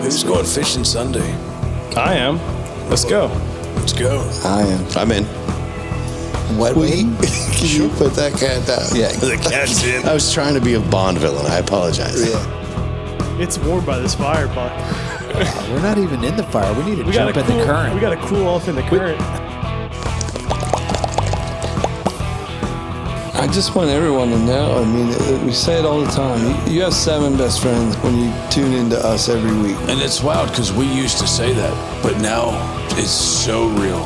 Who's going fishing Sunday? I am. Let's go. Let's go. I am. I'm in. What wait? Can you put that cat down? Yeah. The cat's in. I was trying to be a Bond villain. I apologize. Yeah. It's warm by this fire, but We're not even in the fire. We need to we got jump to in cool, the current. We got to cool off in the current. I just want everyone to know. I mean, it- we say it all the time. You- You have seven best friends when you tune into us every week. And it's wild because we used to say that, but now it's so real.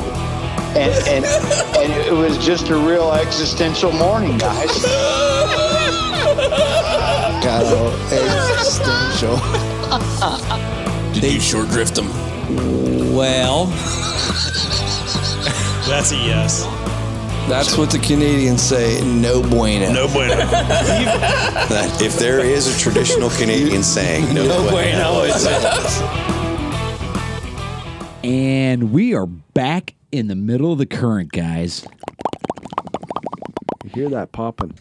and, and, and it was just a real existential morning, guys. Kyle, existential. Did you short drift them? Well, That's a yes. that's what the Canadians say. No bueno. No bueno. That- if there is a traditional Canadian saying, no, No way, no, it's And we are back in the middle of the current, guys. You hear that popping?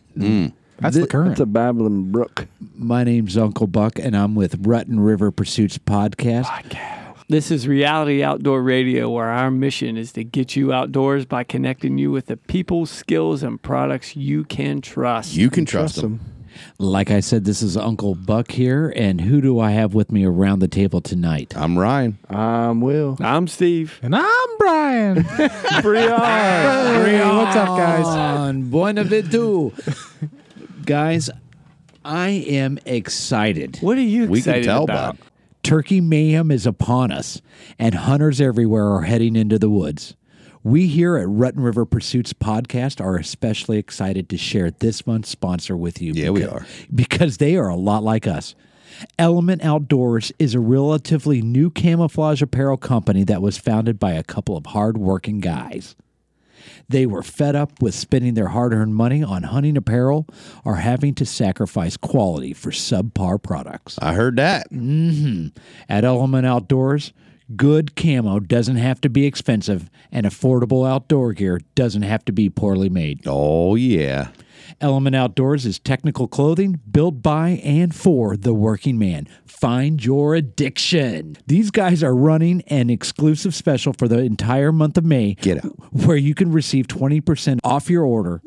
That's the current. It's a babbling brook. My name's Uncle Buck, and I'm with Rutten River Pursuits Podcast. This is Reality Outdoor Radio, where our mission is to get you outdoors by connecting you with the people, skills, and products you can trust. You can trust them. Like I said, this is Uncle Buck here, and who do I have with me around the table tonight? I'm Ryan. I'm Will. I'm Steve. And I'm Brian. Brian. What's up, guys? on Buenaventura. Guys, I am excited. What are you We excited can tell, about? Bob. Turkey mayhem is upon us, and hunters everywhere are heading into the woods. We here at Rutten River Pursuits Podcast are especially excited to share this month's sponsor with you. Yeah, we becau- are. Because they are a lot like us. Element Outdoors is a relatively new camouflage apparel company that was founded by a couple of hardworking guys. They were fed up with spending their hard earned money on hunting apparel or having to sacrifice quality for subpar products. I heard that. At Element Outdoors, good camo doesn't have to be expensive, and affordable outdoor gear doesn't have to be poorly made. Oh, yeah. Element Outdoors is technical clothing built by and for the working man. Find your addiction. These guys are running an exclusive special for the entire month of May. Get out. Where you can receive 20% off your order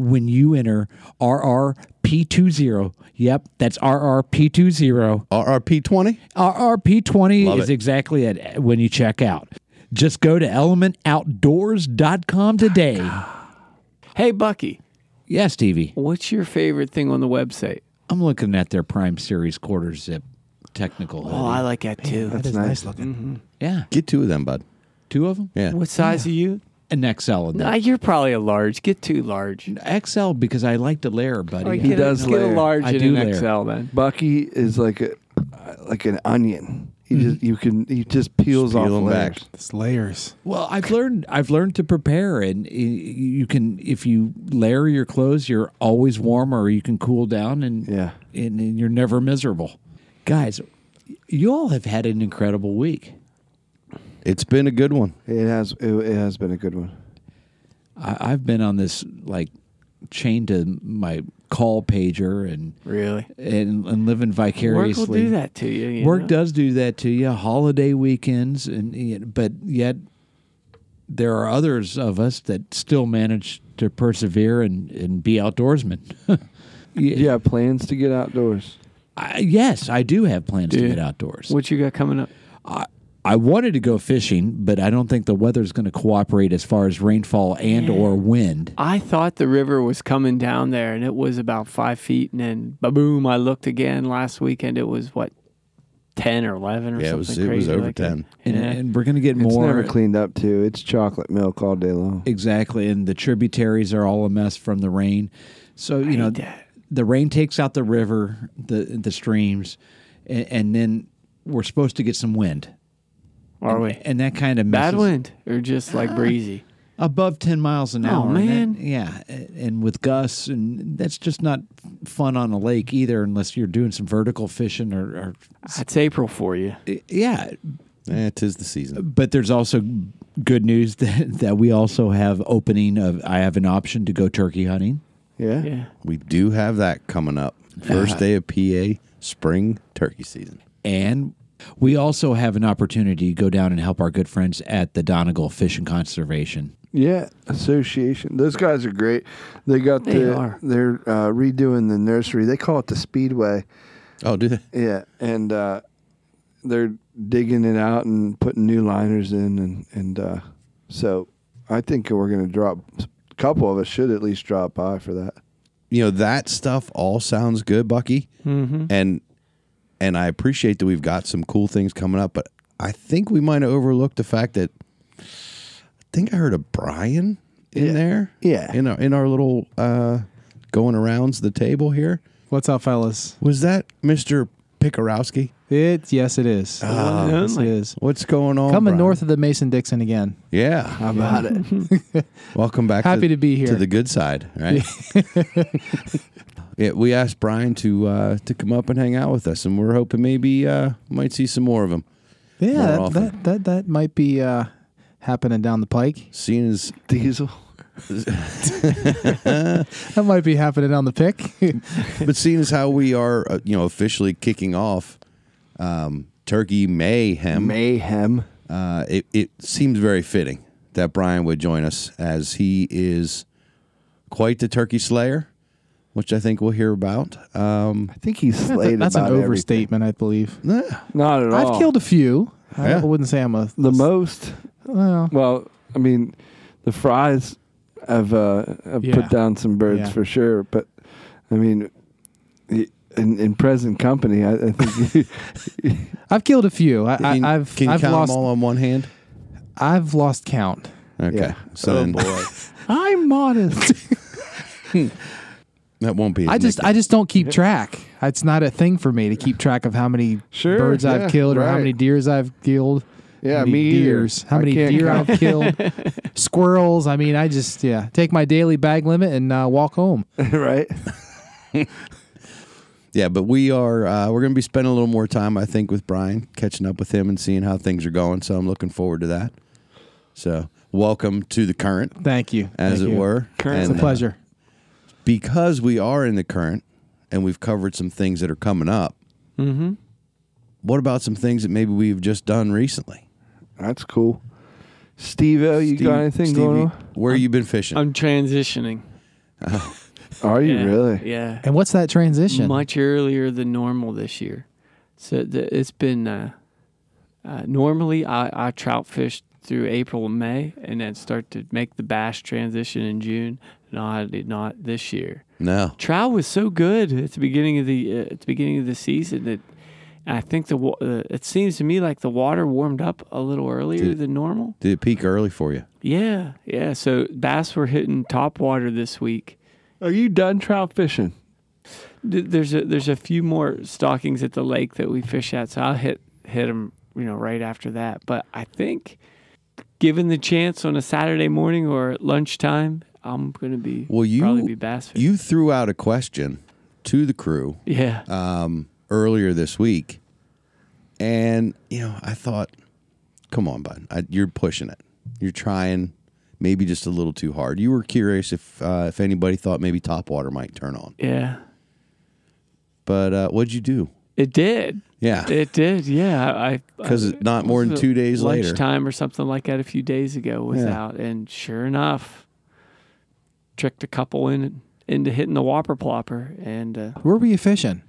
when you enter RRP20. Yep, that's RRP20. RRP20? RRP20 Love is it. exactly it uh, when you check out. Just go to elementoutdoors.com Oh today. Hey, Bucky, Yeah, Stevie. what's your favorite thing on the website? I'm looking at their Prime Series quarter zip technical. Oh, I like that too. That is nice looking. yeah, Get two of them, bud. two of them. Yeah. what size are you? An XL in Nah, there. you're probably a large. Get too large. XL because I like to layer, buddy. Or Yeah. get does a, get a layer. large I and do an layer. XL then. Bucky is like a like an onion. He just you can he just Just peels peel off them layers. back. It's layers. Well, I've learned I've learned to prepare, and y- you can if you layer your clothes, you're always warm, or you can cool down, and Yeah. and, and you're never miserable. Guys, you all have had an incredible week. It's been a good one. It has it, it has been a good one. I, I've been on this like chained to my call pager and Really? and, and living Work vicariously. will do that to you. you Work know? does do that to you. Holiday weekends, and you know, but yet there are others of us that still manage to persevere and, and be outdoorsmen. Yeah, plans to get outdoors. I, yes, I do have plans to Yeah. get outdoors. What you got coming up? I wanted to go fishing, but I don't think the weather's going to cooperate as far as rainfall and or wind. I thought the river was coming down there and it was about five feet. And then, ba boom, I looked again last weekend. It was what, 10 or 11 or Yeah, it something? was- it was crazy over like that. 10. And, Yeah. and we're going to get It's more never cleaned up too. It's chocolate milk all day long. Exactly, and the tributaries are all a mess from the rain. So you know, the rain takes out the river, the the streams, and, and then we're supposed to get some wind, Are we? and that kind of Bad messes- wind or just like breezy? above ten miles an Oh, hour. and that- man. yeah, a- and with gusts, and that's just not fun on a lake either, unless you're doing some vertical fishing or, That's April for you. or yeah. Eh, tis the season. But there's also good news that, that we also have opening of. I have an option to go turkey hunting. Yeah. Yeah. We do have that coming up. First day of PA, spring turkey season. and We also have an opportunity to go down and help our good friends at the Donegal Fish and Conservation. Yeah, association. Those guys are great. They got They the are. they're uh, redoing the nursery. They call it the speedway. Oh, do they? Yeah, and uh, they're digging it out and putting new liners in, and and uh, so I think we're gonna drop. A couple of us should at least drop by for that. You know that stuff all sounds good, Bucky, and and I appreciate that we've got some cool things coming up, but I think we might have overlooked the fact that I think I heard a Brian in there, Yeah. in our in our little uh, going arounds the table here. What's up, fellas? Was that Mister Pikarowski? It yes, it is. yes, it is. What's going on? Coming Brian? north of the Mason Dixon again. yeah. How about it? Welcome back. Happy to be here. to the good side, right? yeah, we asked Brian to uh, to come up and hang out with us, and we're hoping maybe uh, might see some more of him. More Yeah, that, often. that that that might be uh, happening down the pike. Seeing as Diesel. That might be happening on the pick. but seeing as how we are, uh, you know, officially kicking off um, Turkey Mayhem, Mayhem. uh, it it seems very fitting that Brian would join us as he is quite the turkey slayer, which I think we'll hear about. Um, I think he's slayed That's an about everything. overstatement, I believe. Not at all. I've killed a few. I Yeah. wouldn't say I'm a the most. well. Well, I mean, the fries have uh, have Yeah. put down some birds Yeah. for sure, but I mean, i- in, in present company, I, I think I've killed a few. I, can- I, I've can you I've count lost them all on one hand? I've lost count. Okay, Yeah. so Oh, then I'm modest. that won't be. I just I just don't keep track. It's not a thing for me to keep track of how many Sure, birds yeah, I've killed or how right. many deers I've killed. Yeah, how many me either. deers, how I many can't deer count. I've killed, squirrels. I mean, I just yeah, take my daily bag limit and uh, walk home. right. Yeah, but we are uh, we're going to be spending a little more time, I think, with Brian, catching up with him and seeing how things are going. So I'm looking forward to that. So welcome to the current, Thank you, as Thank it you. were. Current. It's a And, uh, pleasure. because we are in the current and we've covered some things that are coming up. Mm-hmm. What about some things that maybe we've just done recently? That's cool. Steve O, you Steve- got anything Stevie, going on? Where you been fishing? I'm transitioning. Are you Yeah, really? Yeah. and what's that transition? Much earlier than normal this year. So th- it's been uh, uh, normally I, I trout fish through April and May, and then start to make the bass transition in June. No, I did not this year. no. Trout was so good at the beginning of the uh, at the beginning of the season that I think the wa- uh, it seems to me like the water warmed up a little earlier Did- than normal. Did it peak early for you? Yeah, yeah. So bass were hitting top water this week. Are you done trout fishing? Th- There's a there's a few more stockings at the lake that we fish at, so I'll hit hit them you know right after that. But I think given the chance on a Saturday morning or at lunchtime, I'm gonna be Well, you probably be bass fishing. you threw out a question to the crew yeah, um, earlier this week, and you know, I thought, "Come on, bud, I, you're pushing it. You're trying, maybe just a little too hard." You were curious if uh, if anybody thought maybe top water might turn on, yeah. but uh, what'd you do? It did. Yeah, It did, yeah. I 'Cause it- not more than was it two days later. Lunchtime or something like that a few days ago was out, and sure enough, tricked a couple in into hitting the whopper plopper. And uh, Where were you fishing?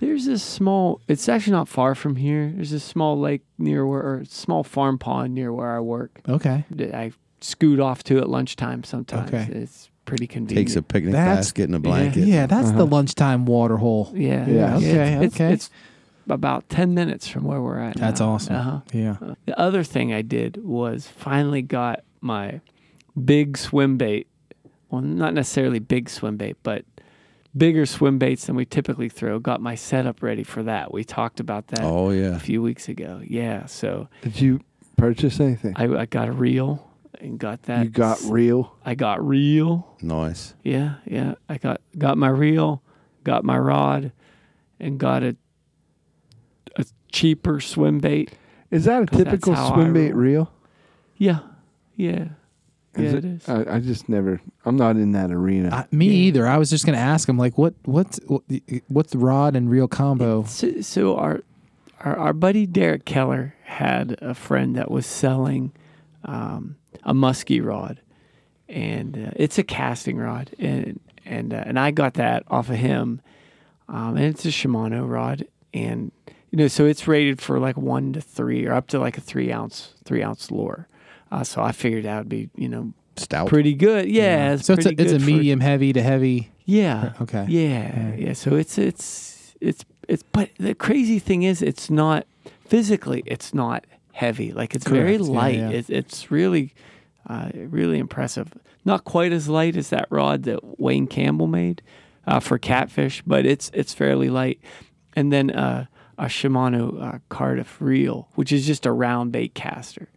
there's this small. It's actually not far from here. There's a small lake near where, or small farm pond near where I work. Okay, That I scoot off to at lunchtime sometimes. Okay. It's pretty convenient. takes a picnic That's- basket and a blanket. yeah, that's the lunchtime water hole. yeah, Yeah. Okay, It's, okay. it's about ten minutes from where we're at. That's now. awesome. Uh-huh. Yeah, The other thing I did was finally got my big swim bait. Well, not necessarily big swim bait, but bigger swim baits than we typically throw. Got my setup ready for that. We talked about that Oh a yeah, few weeks ago. Yeah, so Did you purchase anything? I, I got a reel and got that. you got real. I got reel. nice. Yeah, yeah. I got got my reel, got my rod, and got a a cheaper swim bait. Is that a 'Cause that's typical how I swim bait roll. reel? Yeah, yeah, Is yeah. it is. I, I just never. I'm not in that arena. I, me either. I was just gonna ask him like, what, what, what what's rod and reel combo? So, so our our, our buddy Derek Keller had a friend that was selling um, a muskie rod, and uh, it's a casting rod, and and uh, and I got that off of him, um, and it's a Shimano rod, and you know so it's rated for like one to three or up to like a three ounce three ounce lure, uh, so I figured that would be you know stout, pretty good, yeah. so it's pretty a, it's a good for- medium heavy to heavy. yeah. Okay. Yeah. Yeah. So it's it's it's it's but the crazy thing is it's not physically it's not heavy. Like it's very Correct. Yeah, light. yeah. It, it's really uh, really impressive. Not quite as light as that rod that Wayne Campbell made uh, for catfish, but it's it's fairly light. And then uh, a Shimano uh, Cardiff reel, which is just a round bait caster,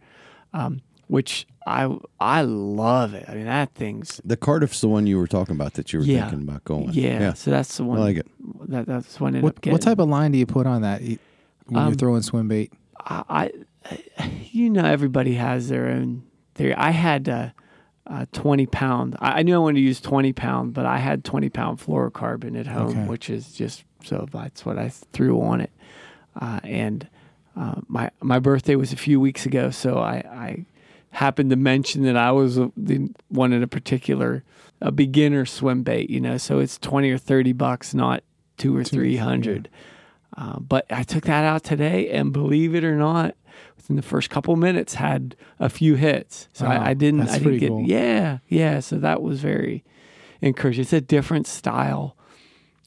um, which I I love it. I mean that thing's The Cardiff's the one you were talking about that you were Yeah. thinking about going. yeah, So that's the one. like it. That that's the one. I ended What up getting. what type of line do you put on that e- when Um, you're throwing swim bait? I, I, you know, everybody has their own theory. I had a, a twenty pound. I, I knew I wanted to use twenty pound, but I had twenty pound fluorocarbon at home, Okay. which is just so that's what I threw on it. Uh, and uh, my my birthday was a few weeks ago, so I, I happened to mention that I was uh, the one in a particular a beginner swim bait, you know. So it's twenty or thirty bucks, not two or three hundred. Uh, but I took that out today, and believe it or not, within the first couple minutes, had a few hits. So Wow, I, I didn't. that's I didn't pretty get. cool. Yeah, yeah. So that was very encouraging. It's a different style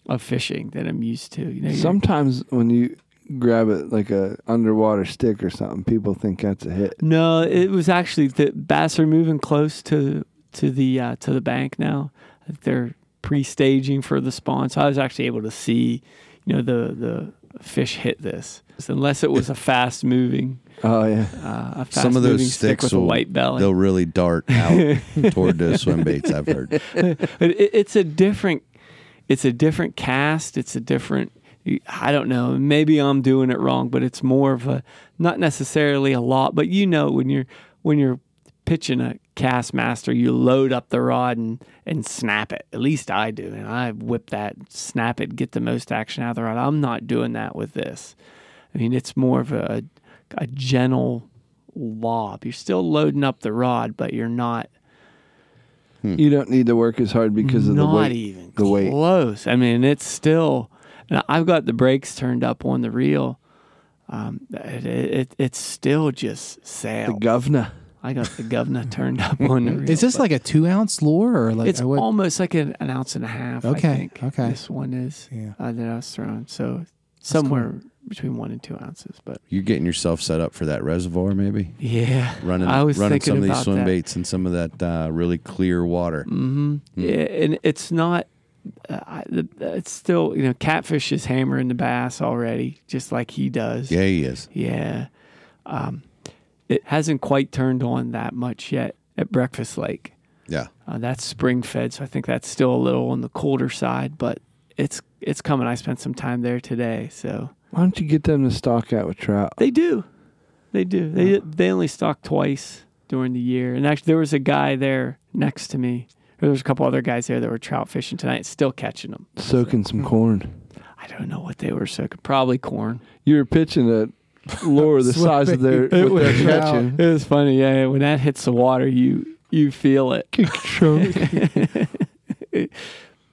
of fishing that I'm used to. You know, you're- Sometimes when you grab it like a underwater stick or something, people think that's a hit. No, it was actually the bass are moving close to to the uh, to the bank now. They're pre-staging for the spawn, so I was actually able to see, you know, the the fish hit this. So unless it was a fast moving, Oh yeah, uh, a fast Some of moving those stick sticks with a will white belly. they'll really dart out toward the swim baits. I've heard. But it, it's a different it's a different cast it's a different i don't know maybe i'm doing it wrong but it's more of a not necessarily a lot but you know when you're when you're pitching a cast master you load up the rod and and snap it at least i do and i whip that snap it get the most action out of the rod i'm not doing that with this i mean it's more of a a gentle lob you're still loading up the rod but you're not Hmm. you don't need to work as hard because of not the weight. even the weight. close. I mean, it's still. And I've got the brakes turned up on the reel. Um, it, it, it's still just The sail. governor. I got the governor turned up on the reel. Is this but like a two ounce lure or like It's uh, what- almost like an, an ounce and a half. I Okay, think, okay. This one is Yeah. uh, that I was throwing. So somewhere between one and two ounces. But You're getting yourself set up for that reservoir, maybe yeah, running I was running thinking some of these about swim that. Mm. baits and some of that uh, really clear water. Yeah, and it's not. Uh, I, the- it's still you know catfish is hammering the bass already, just like he does. Yeah, he is. Yeah. Um, it hasn't quite turned on that much yet at Breakfast Lake. Yeah, Uh, that's spring fed, so I think that's still a little on the colder side, but it's it's coming. I spent some time there today, so Why don't you get them to stock out with trout? they do, they do. They they only stock twice during the year, and actually there was a guy there next to me. Or there was a couple other guys there that were trout fishing tonight, still catching them. Soaking some corn. I don't know what they were soaking. Probably corn. You were pitching a lure the size of their It what was they're trout. catching. It was funny, yeah. When that hits the water, you you feel it.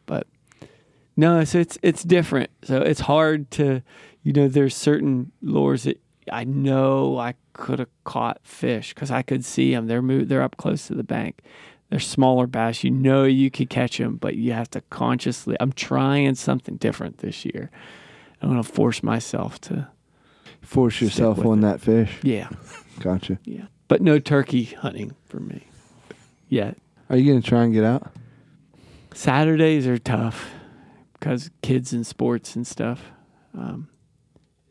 but no, so it's it's different. So it's hard to, you know, there's certain lures that I know I could have caught fish because I could see them. They're mo- they're up close to the bank. They're smaller bass. You know you could catch them, but you have to consciously. I'm trying something different this year. I'm gonna force myself to. Force yourself with on it. that fish. Yeah, Gotcha. yeah. But no turkey hunting for me. Yet. Are you gonna try and get out? Saturdays are tough because kids and sports and stuff. Um,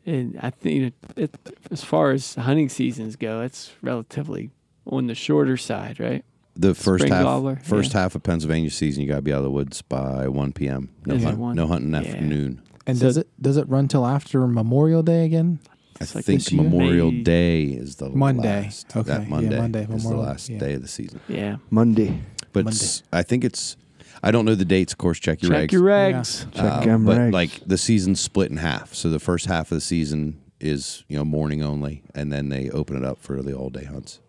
and I think you know, it, as far as hunting seasons go, it's relatively on the shorter side, right? the first Spring half gobbler, first yeah. half of Pennsylvania season, you got to be out of the woods by 1 p.m. No, Is it hunt, one? no hunting Yeah. afternoon. and so- does it does it run till after Memorial Day again? It's I like think this year. Memorial May- Day is the Monday. last- Okay. That Yeah, Monday, Monday, is the Memorial- last yeah. day of the season. Yeah. Monday. But Monday. s- I think it's. I don't know the dates, of course. Check your Check eggs. your Yeah. eggs. Check Uh, them but regs. like the season's split in half, so the first half of the season is you know morning only, and then they open it up for the all day hunts.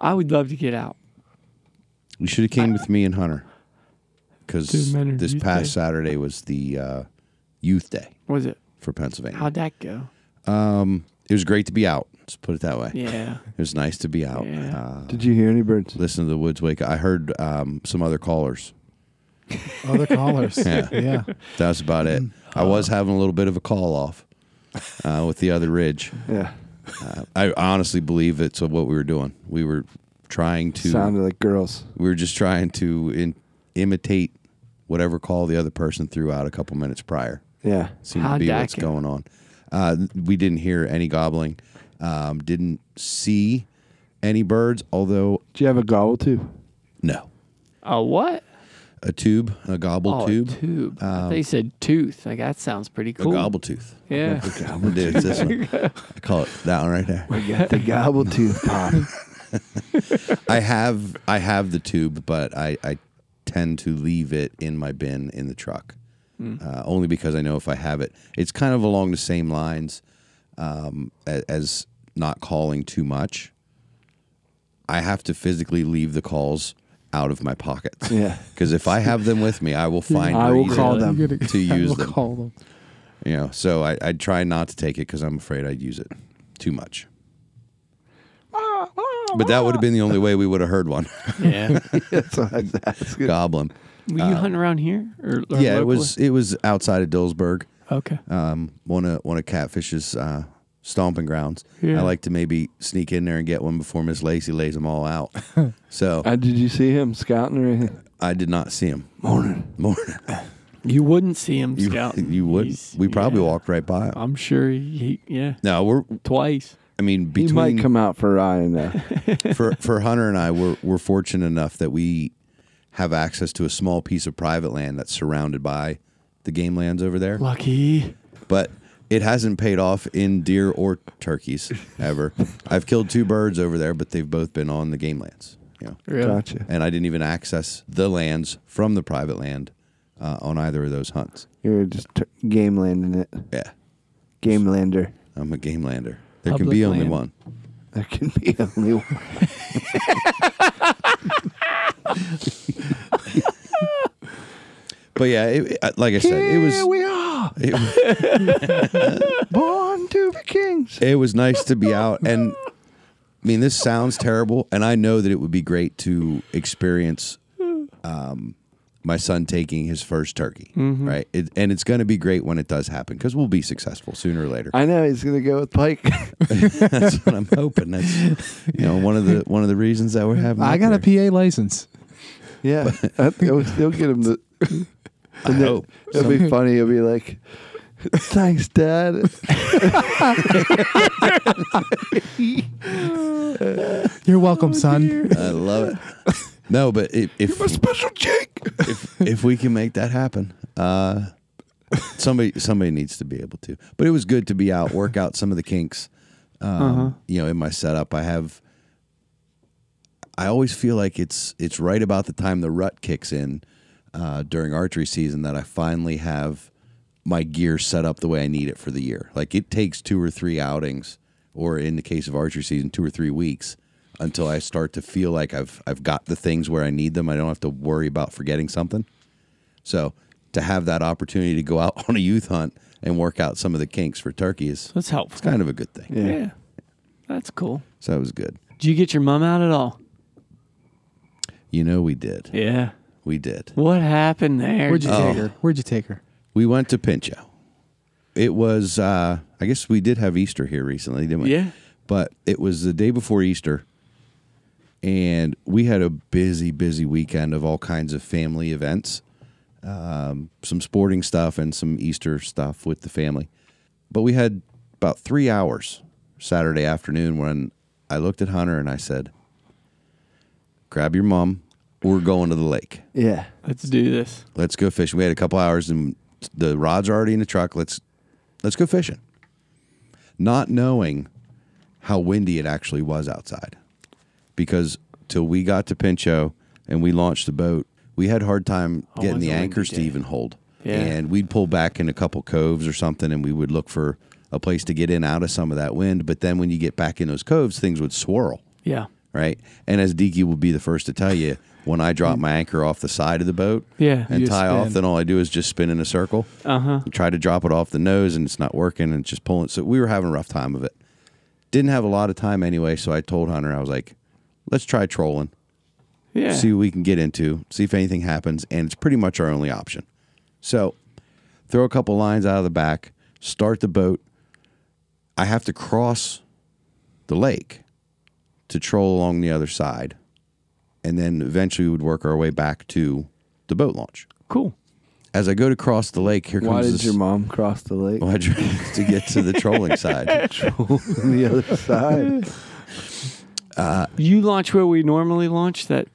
I would love to get out. You should have came with me and Hunter because Dude, Menard this Youth past Day. Saturday was the uh, youth day. Was it? for Pennsylvania? How'd that go? Um, it was great to be out. Let's put it that way. Yeah. it was nice to be out. Yeah. Uh, Did you hear any birds? Listen to the woods wake. up. I heard um, some other callers. Other callers. Yeah, yeah. That's about it. I was having a little bit of a call off uh, with the other ridge. Yeah. Uh, I honestly believe it's what we were doing. We were trying to Sounded like girls. we were just trying to in, imitate whatever call the other person threw out a couple minutes prior. Yeah. seems to How'd be that what's go? going on. Uh, we didn't hear any gobbling. Um, didn't see any birds. Although Do you have a gobble too? no, A what? a tube, a gobble oh, tube, Um, A tube. I thought you said tooth. Like that sounds pretty a cool. gobble tooth. Yeah. Dude, it's this one. I call it that one right there. The gobble tooth pop. I have I have the tube, but I, I tend to leave it in my bin in the truck, Mm. uh, only because I know if I have it, it's kind of along the same lines um, a- as not calling too much. I have to physically leave the calls out of my pockets. Yeah. because if I have them with me, I will find. I a will reason call them. You're gonna- to use I will them. Call them. You know, so I, I try not to take it because I'm afraid I'd use it too much. But that would have been the only way we would have heard one. Yeah. That's what I was asking. Goblin. Were you hunting around here or, or Uh, yeah, it locally? was it was outside of Dillsburg, Okay. um, one of one of Catfish's uh, stomping grounds. Yeah. I like to maybe sneak in there and get one before Miss Lacey lays them all out. so Uh, did you see him scouting or anything? I did not see him. Morning. Morning. You wouldn't see him You, scouting. you would. He's- We probably yeah. Um, walked right by him. I'm sure he, yeah, No, we're. twice. I mean, between He might come out for Ryan though. for for Hunter and I, we're we're fortunate enough that we have access to a small piece of private land that's surrounded by the game lands over there. Lucky. but it hasn't paid off in deer or turkeys ever. I've killed two birds over there, but they've both been on the game lands. You know, Really? Gotcha. and I didn't even access the lands from the private land uh, on either of those hunts. You're just t- game landing it. Yeah, Game lander. I'm a game lander. There can Public be only land. one. There can be only one. But yeah, it, it- like I said, it was Here we are, it, born to be kings. it was nice to be out. And I mean, this sounds terrible, and I know that it would be great to experience um, my son taking his first turkey, right? It, and it's going to be great when it does happen because we'll be successful sooner or later. I know he's gonna go with Pike. That's what I'm hoping. That's you know one of the one of the reasons that we're having. I it got there. a PA license. yeah, I think he'll, he'll get him. The, I hope. it'll be funny. He'll be like, "Thanks, Dad." You're welcome, son. I love it. No, but if if, special Jake. if if we can make that happen, uh, somebody somebody needs to be able to. But it was good to be out, work out some of the kinks. Um, You know, in my setup, I have. I always feel like it's it's right about the time the rut kicks in uh, during archery season that I finally have my gear set up the way I need it for the year. Like it takes two or three outings, or in the case of archery season, two or three weeks until I start to feel like I've I've got the things where I need them. I don't have to worry about forgetting something. So to have that opportunity to go out on a youth hunt and work out some of the kinks for turkey is That's helpful. it's kind of a good thing. yeah. That's cool. So that was good. Did you get your mom out at all? You know we did. Yeah. We did. What happened there? Where'd you Oh. take her? Where'd you take her? We went to Pincho. It was uh I guess we did have Easter here recently, didn't we? Yeah. But it was the day before Easter and we had a busy, busy weekend of all kinds of family events. Um, some sporting stuff and some Easter stuff with the family. But we had about three hours Saturday afternoon when I looked at Hunter and I said, Grab your mom. We're going to the lake Yeah, Let's do this. let's go fishing. We had a couple hours and the rods are already in the truck. Let's let's go fishing. Not knowing how windy it actually was outside. Because till we got to Pincho and we launched the boat, we had a hard time getting Oh, was the a windy anchors to day. even hold. Yeah. And we'd pull back in a couple coves or something and we would look for a place to get in out of some of that wind. But then when you get back in those coves, things would swirl. Yeah. Right. And as Deaky will be the first to tell you, when I drop my anchor off the side of the boat Yeah. and You tie off, spin. then all I do is just spin in a circle. Uh-huh. And Try to drop it off the nose and it's not working and it's just pulling. So we were having a rough time of it. Didn't have a lot of time anyway. So I told Hunter, I was like, let's try trolling. Yeah. See what we can get into, see if anything happens. And it's pretty much our only option. So throw a couple lines out of the back, start the boat. I have to cross the lake to troll along the other side. And then eventually we would work our way back to the boat launch. Cool. As I go to cross the lake, here Why comes did this, your mom cross the lake? Why'd you- to get to the trolling side. Troll on the other side. Uh, You launch where we normally launch that.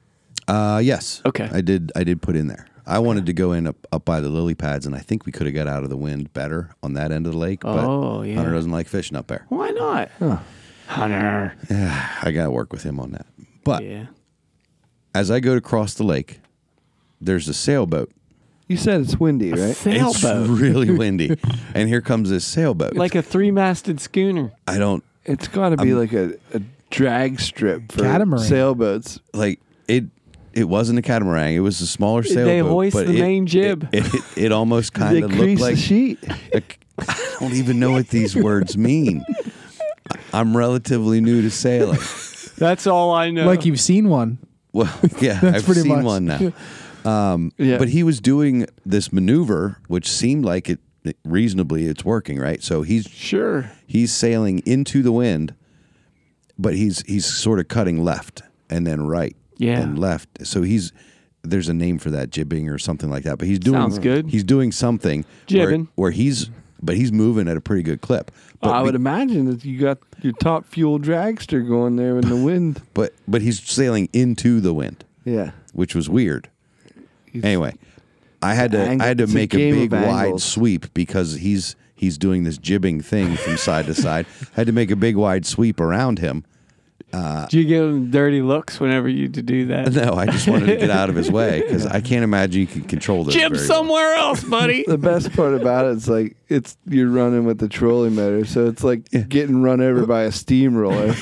uh, yes. Okay. I did. I did put in there. I wanted to go in up, up by the lily pads, and I think we could have got out of the wind better on that end of the lake. But Oh, yeah. Hunter doesn't like fishing up there. Why not? Hunter. Yeah, I got to work with him on that. But yeah. as I go to cross the lake, there's a sailboat. You said it's windy, right? sailboat. It's really windy. and here comes this sailboat. Like a three masted schooner. I don't It's got to be I'm- like a, a drag strip for Catamaran. sailboats. like it it wasn't a catamaran. It was a smaller They sailboat. hoist but the it- main jib. It, it, it almost They kind of looked crease like the sheet. I I don't even know what these words mean. I- I'm relatively new to sailing. That's all I know. Like you've seen one. Well, yeah, That's I've pretty seen much- one now. Um, Yeah. But he was doing this maneuver, which seemed like it reasonably it's working, right? So he's Sure. he's sailing into the wind, but he's he's sort of cutting left and then right, Yeah. and left. So he's there's a name for that jibbing or something like that. But he's doing Sounds good. He's doing something where- Jibbing. where, he's but he's moving at a pretty good clip. But I be- would imagine that you got your top fuel dragster going there in the wind. but but he's sailing into the wind, Yeah. which was weird. anyway, I had to Angle- I had to it's a make a, game big of wide angles. sweep because he's he's doing this jibbing thing from side to side. I had to make a big wide sweep around him. Do you give them dirty looks whenever you to do that? No, I just wanted to get out of his way because I can't imagine you can control this. Jib very somewhere else, buddy. The best part about it is like it's you're running with the trolley motor, so it's like getting run over by a steamroller.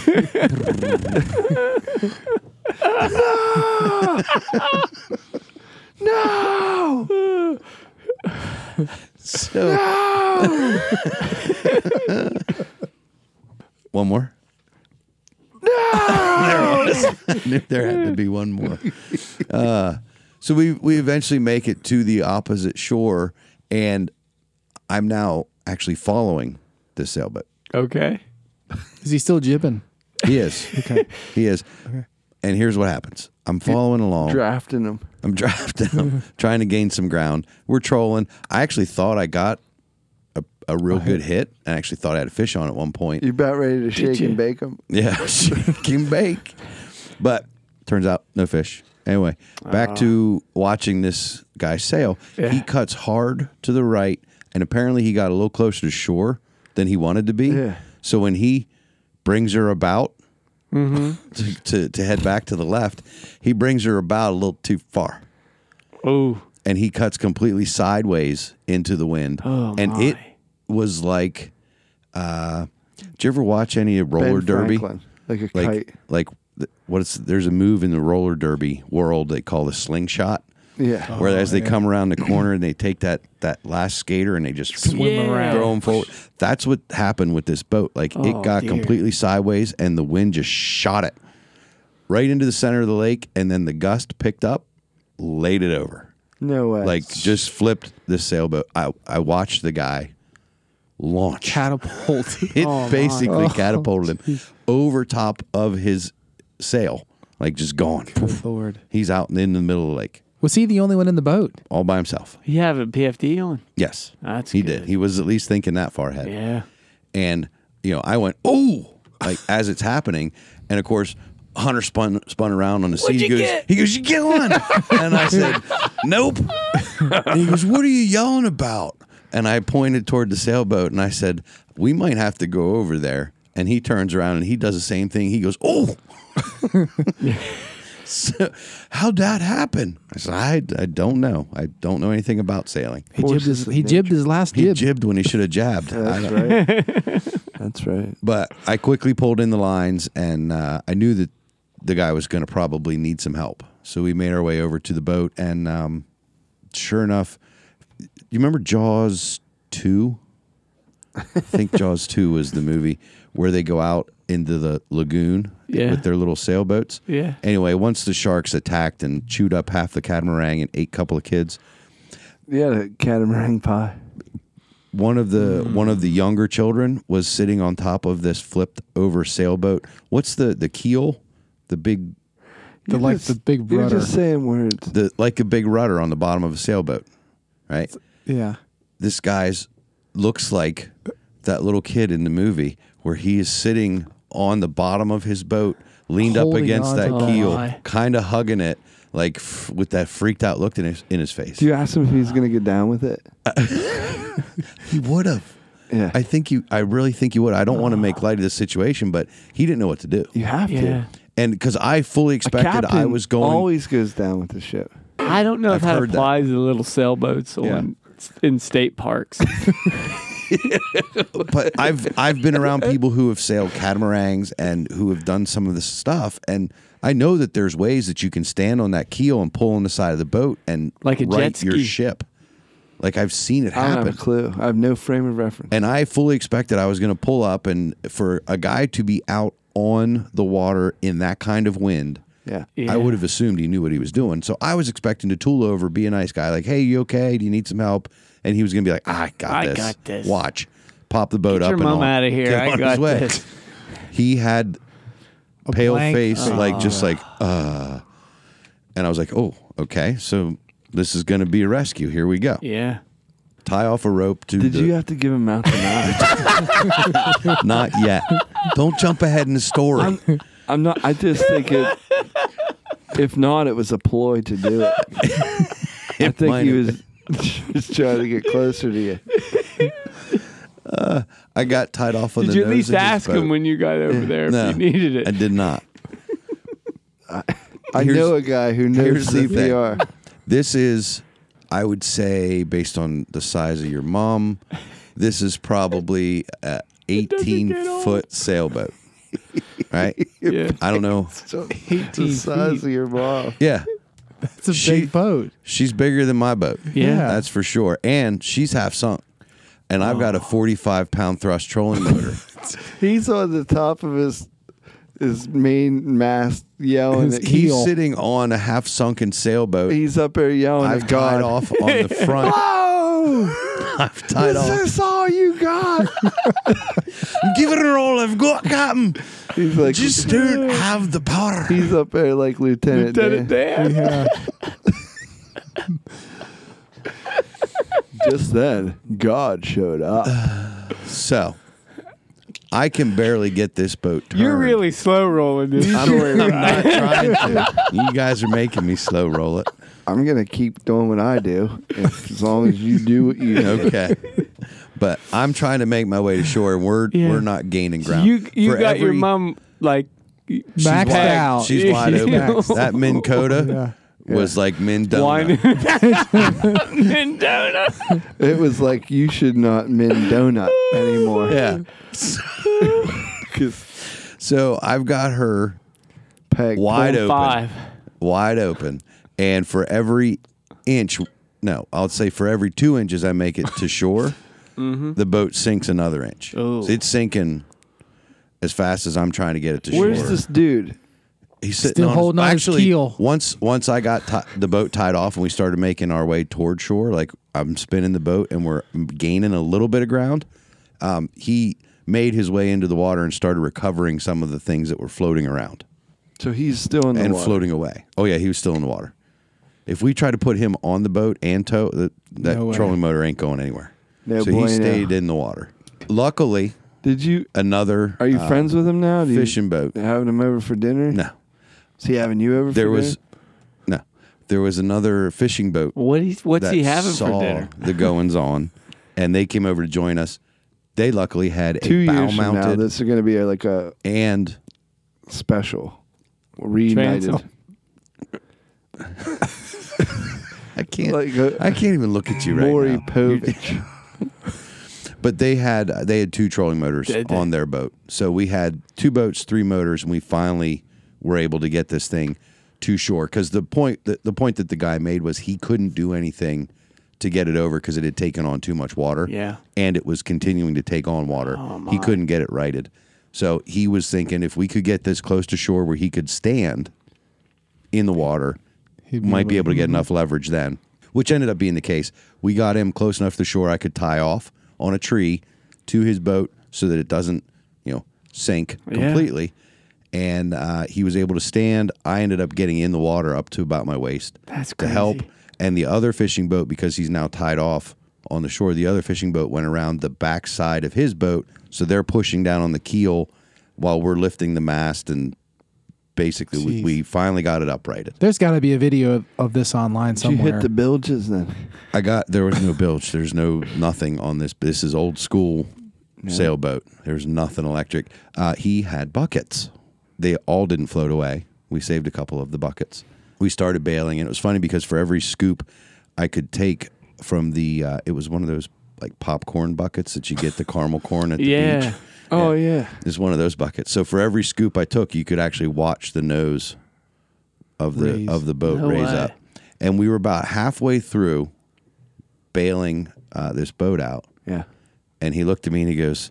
no. well. So- one more. No, there, was. there had to be one more. Uh, so we we eventually make it to the opposite shore, and I'm now actually following the sailboat. Okay. Is he still jibbing? He is. Okay. He is. And here's what happens. I'm following along. drafting them. I'm drafting them, trying to gain some ground. We're trolling. I actually thought I got a, a real good hit. I actually thought I had a fish on at one point. You're about ready to shake you? and bake them. Yeah, shake and bake. But turns out no fish. Anyway, back to watching this guy sail. He cuts hard to the right, and apparently he got a little closer to shore than he wanted to be. Yeah. So when he brings her about to, to, to head back to the left, he brings her about a little too far. Oh. And he cuts completely sideways into the wind. Oh, and it my. was like, uh, did you ever watch any of roller derby? Franklin, like a like kite. like th- what's there's a move in the roller derby world they call the slingshot Yeah. where Oh, as they come around the corner and they take that that last skater and they just Swim Yeah. around. throw him forward that's what happened with this boat like Oh, it got dear. completely sideways and the wind just shot it right into the center of the lake and then the gust picked up laid it over No way. like just flipped the sailboat i i watched the guy launch Catapult. it Oh, basically catapulted him over top of his sail, like just gone. Poof. Lord. He's out in the middle of the lake Was he the only one in the boat? all by himself. You have a PFD on. Yes, That's he good. did. He was at least thinking that far ahead. Yeah. And you know, I went oh, like as it's happening, and of course. Hunter spun spun around on the seat. He you goes, get? he goes, you get on. and I said, nope. And he goes, what are you yelling about? And I pointed toward the sailboat and I said, we might have to go over there. And he turns around and he does the same thing. He goes, oh, So, how'd that happen? I said, I, I don't know. I don't know anything about sailing. He jibbed his, he jibbed his last He jib. jibbed when he should have jabbed. I That's don't- right. That's right. But I quickly pulled in the lines, and uh, I knew that the guy was going to probably need some help. So we made our way over to the boat, and um, sure enough, you remember Jaws two? I think Jaws two was the movie where they go out into the lagoon Yeah. with their little sailboats. Yeah. Anyway, once the sharks attacked and chewed up half the catamaran and ate a couple of kids, Yeah, the catamaran pie. one of the one of the younger children was sitting on top of this flipped over sailboat. What's the the keel? The big The, You're like just- the big You're rudder. just saying words. the like a big rudder on the bottom of a sailboat, right? yeah. This guy's looks like that little kid in the movie where he is sitting on the bottom of his boat, leaned up Holding against on that to- keel, my. kind of hugging it, like f- with that freaked out look in his in his face. Do you ask him if he's gonna get down with it? He would have. Yeah, I think you. I really think you would. I don't want to make light of this situation, but he didn't know what to do. you have Yeah. to. and because I fully A expected captain I was going. Always goes down with the ship. I don't know I've if that heard that. applies to little sailboats on in state parks. but I've I've been around people who have sailed catamarans and who have done some of this stuff, and I know that there's ways that you can stand on that keel and pull on the side of the boat and Like a jet right your ski. ship. Like I've seen it I don't happen. have a clue. I have no frame of reference. and I fully expected I was going to pull up and for a guy to be out on the water in that kind of wind. yeah. I would have assumed he knew what he was doing. So I was expecting to tool over, be a nice guy, like, "Hey, you okay? Do you need some help?" And he was going to be like, "I got I this. got this. Watch, pop the boat Get up your and mom on- outta here. get I on got his way." this. He had A pale blank- face, Oh. like just like, uh, and I was like, "Oh, okay. So this is going to be a rescue. Here we go. yeah. Tie off a rope to Did the, you have to give him mouth to mouth? not yet. Don't jump ahead in the story. I'm, I'm not. I just think it. If not, it was a ploy to do it. I It think might he have was just trying to get closer to you. I got tied off on Did the you at nose least of his ask him boat. when you got over there No, if you needed I it? did not. I Here's- know a guy who here's knows the thing. CPR. This is, I would say, based on the size of your mom, this is probably a 18 foot sailboat. Right? Yeah. I don't know. So the size of your mom. Yeah. It's a She- big boat. She's bigger than my boat. Yeah. That's for sure. And she's half sunk. And I've got a 45 pound thrust trolling motor. He's on the top of his his main mast yelling His at He's Heel. sitting on a half sunken sailboat. He's up there yelling I've at tied Oh God. Oh, off on the front. I've tied Is off. this all you got? Give it her all I've got, Captain. He's like Just don't have the power. he's up there like Lieutenant, Lieutenant Dan. Dan. Yeah. Just then, God showed up. So I can barely get this boat turned. You're really slow rolling this I'm, story. I'm not trying to. You guys are making me slow roll it. I'm gonna keep doing what I do if- as long as you do what you do. Okay. But I'm trying to make my way to shore, and we're Yeah. we're not gaining ground. You you For got your every- mom like she's Maxed wide- out. She's wide You open. know? That Minn Kota was like Minn Donut. wine. Mendota. It was like you should not mend donut anymore. Yeah. so I've got her Peg. wide open. Five. wide open, and for every inch, no, I'll say for every two inches I make it to shore, the boat sinks another inch. Oh. So it's sinking as fast as I'm trying to get it to Where's shore. this dude? He's sitting Still on holding on his actually, keel. Once once I got ti the boat tied off and we started making our way toward shore, like I'm spinning the boat and we're gaining a little bit of ground. Um, he made his way into the water and started recovering some of the things that were floating around So he's still in the and water. floating away. Oh yeah, he was still in the water. If we try to put him on the boat and tow that, that No way. trolling motor ain't going anywhere. No so bueno. he stayed in the water. Luckily, Did you? another Are you uh, friends with him now? Do you- fishing boat? having him over for dinner? No, Is he having you over? there for was dinner? no, there was another fishing boat. What he's what's that he having saw for dinner? the goings on, and they came over to join us. They luckily had two a bow years from mounted now. This is going to be like a and special reunited Transom. I can't. uh, I can't even look at you right Maury now. Povich. but they had they had two trolling motors Did they? on their boat, so we had two boats, three motors, and we finally were able to get this thing to shore. Because the point the, the point that the guy made was he couldn't do anything to get it over because it had taken on too much water. Yeah. Oh, and it was continuing to take on water. he couldn't get it righted. So he was thinking if we could get this close to shore where he could stand in the water, He'd be might be able- able to get enough leverage then, which ended up being the case. We got him close enough to shore I could tie off on a tree to his boat so that it doesn't, you know, sink Yeah. completely. And uh, he was able to stand. I ended up getting in the water up to about my waist That's to help. crazy. And the other fishing boat, because he's now tied off on the shore, the other fishing boat went around the back side of his boat. So they're pushing down on the keel while we're lifting the mast. And basically, we, Jeez. we finally got it uprighted. There's got to be a video of, of this online Did you somewhere. hit the bilges then? I got there was no bilge. There's no nothing on this. This is old school sailboat. There's nothing electric. Uh, he had buckets. They all didn't float away. We saved a couple of the buckets. We started bailing, and it was funny because for every scoop I could take from the, uh, it was one of those like popcorn buckets that you get the caramel corn at the Yeah. beach. Oh yeah. It's one of those buckets. So for every scoop I took, you could actually watch the nose of the Raise. of the boat No raise way. up. And we were about halfway through bailing uh, this boat out, Yeah. and he looked at me and he goes,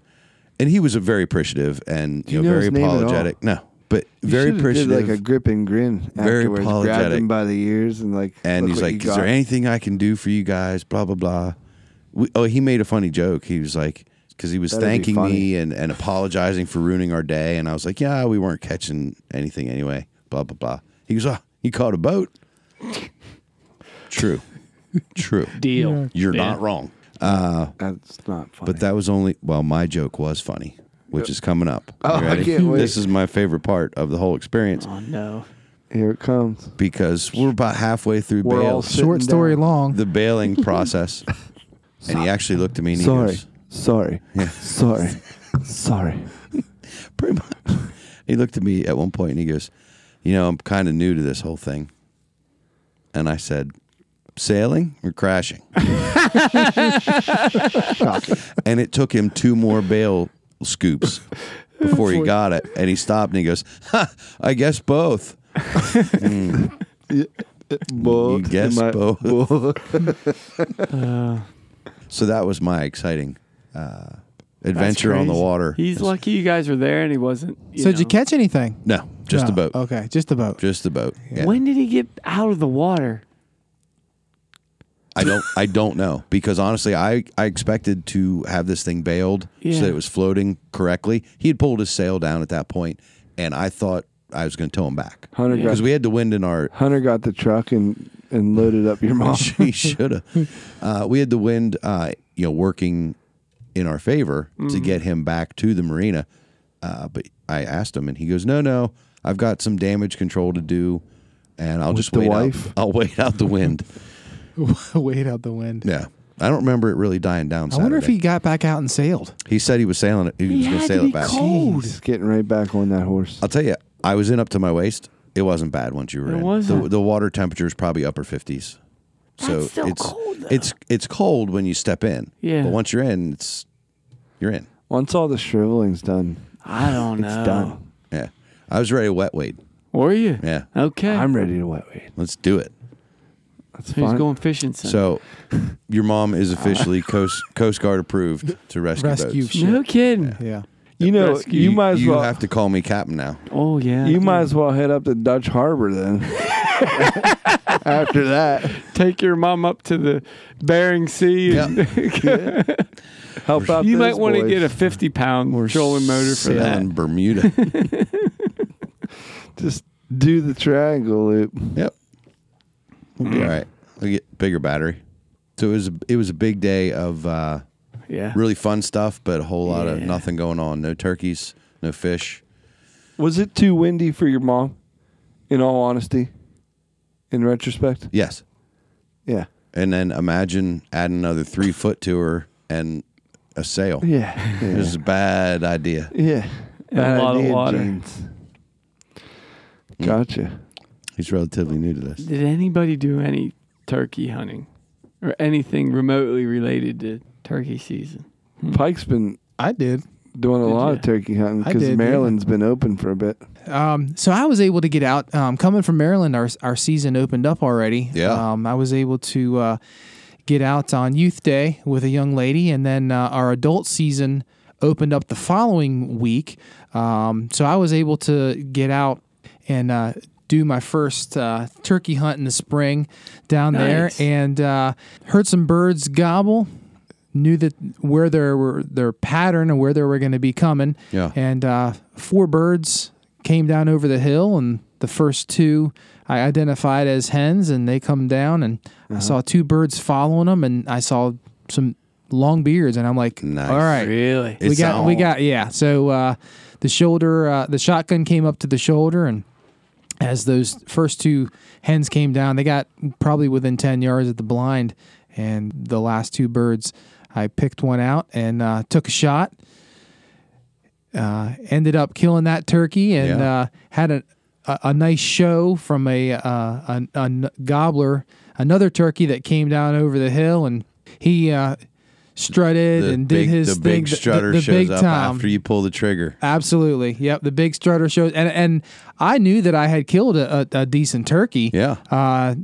and he was a very appreciative and you know, you know very his name at all? apologetic. No, but You very should've did, appreciative. like a grip and grin. Very afterwards. Grabbed apologetic. him by the ears and like. and look he's what like, you "Is there got." anything I can do for you guys?" Blah blah blah. We, oh, he made a funny joke. He was like, because he was That'd be thanking funny. me and and apologizing for ruining our day, and I was like, "Yeah, we weren't catching anything anyway." Blah blah blah. He goes, "Oh, you caught a boat." True, true. Deal. You're Yeah. not wrong. That's not funny. But that was only well, my joke was funny, which is coming up. Oh, You I ready? can't wait. This is my favorite part of the whole experience Oh no. Here it comes. because we're about halfway through We're all bail, sitting Short story down. long. the bailing process, and he actually looked at me and he Sorry. goes, Sorry. Yeah. Sorry. Sorry. pretty much. He looked at me at one point and he goes, "You know, I'm kind of new to this whole thing." And I said, "Sailing or crashing?" and it took him two more bail scoops before he got it. And he stopped and he goes, ha, "I guess both." Both You guess my- both. both. So that was my exciting uh, adventure on the crazy. water. He's lucky you guys were there and he wasn't. so did you know. catch anything? No, just No. the boat. Okay, just the boat. Just the boat. Yeah. When did he get out of the water? I don't I don't know because honestly I I expected to have this thing bailed Yeah. so that it was floating correctly. He had pulled his sail down at that point and I thought I was going to tow him back Hunter because got we had the wind in our Hunter got the truck and and loaded up your mom. he should have. Uh, we had the wind uh, you know working in our favor Mm. to get him back to the marina. Uh, but I asked him and he goes, "No, no. I've got some damage control to do and I'll just the wait wife? out. I'll wait out the wind." Wait out the wind. yeah. I don't remember it really dying down. I wonder if Saturday. he got back out and sailed. He said he was sailing it. He, was going had to to sail be it back. cold. He's getting right back on that horse. I'll tell you, I was in up to my waist. It wasn't bad once you were It in. The, wasn't. the water temperature is probably upper fifties. So That's still it's cold, though. it's it's cold when you step in. Yeah. But once you're in, it's you're in. Once all the shriveling's done, I don't know. it's done. Yeah. I was ready to wet wade. Were you? Yeah. Okay. I'm ready to wet wait. Let's do it. That's Who's fine. going fishing? Son? So your mom is officially Coast Coast Guard approved to rescue, Rescue boats. ship. no kidding. Yeah. you know, rescue- you might as you well have to call me captain now. Oh yeah. You might as well head up to Dutch Harbor then. After that, take your mom up to the Bering Sea. and- help out. you those might want to boys. get a 50 pound trolling motor for Sailing that. Bermuda. just do the triangle loop. Yep. We'll Mm. be all right. We get bigger battery. So it was it was a big day of uh, Yeah. really fun stuff, but a whole lot of Yeah. nothing going on. No turkeys, no fish. Was it too windy for your mom? In all honesty, in retrospect, Yes. yeah, And then imagine adding another three foot to her and a sail. yeah, It yeah. was a bad idea. yeah. And a lot of water. Hmm. James. Gotcha. He's relatively new to this. Did anybody do any turkey hunting or anything remotely related to turkey season? Pike's been I did doing a Did lot ya? of turkey hunting I because did, Maryland's been open for a bit. Um, so I was able to get out. Um, coming from Maryland, our our season opened up already. Yeah. Um, I was able to uh, get out on Youth Day with a young lady, and then uh, our adult season opened up the following week. Um, so I was able to get out and uh, do my first uh, turkey hunt in the spring down Nice. there, and uh, heard some birds gobble. Knew that where their were their pattern and where they were going to be coming, Yeah. and uh, four birds came down over the hill, and the first two I identified as hens, and they come down, and Uh-huh. I saw two birds following them, and I saw some long beards, and I'm like, Nice. all right, Really? we It's got we on. got yeah. So uh, the shoulder, uh, the shotgun came up to the shoulder, and as those first two hens came down, they got probably within ten yards of the blind, and the last two birds, I picked one out and uh, took a shot. Uh, ended up killing that turkey and Yeah. uh, had a, a a nice show from a, uh, a, a n- gobbler, another turkey that came down over the hill, and he. Uh, strutted The and did big, his the thing. big th- th- strutter the, shows big up time. after you pull the trigger. Absolutely, yep. The big strutter shows, and and I knew that I had killed a, a, a decent turkey. Yeah. Uh,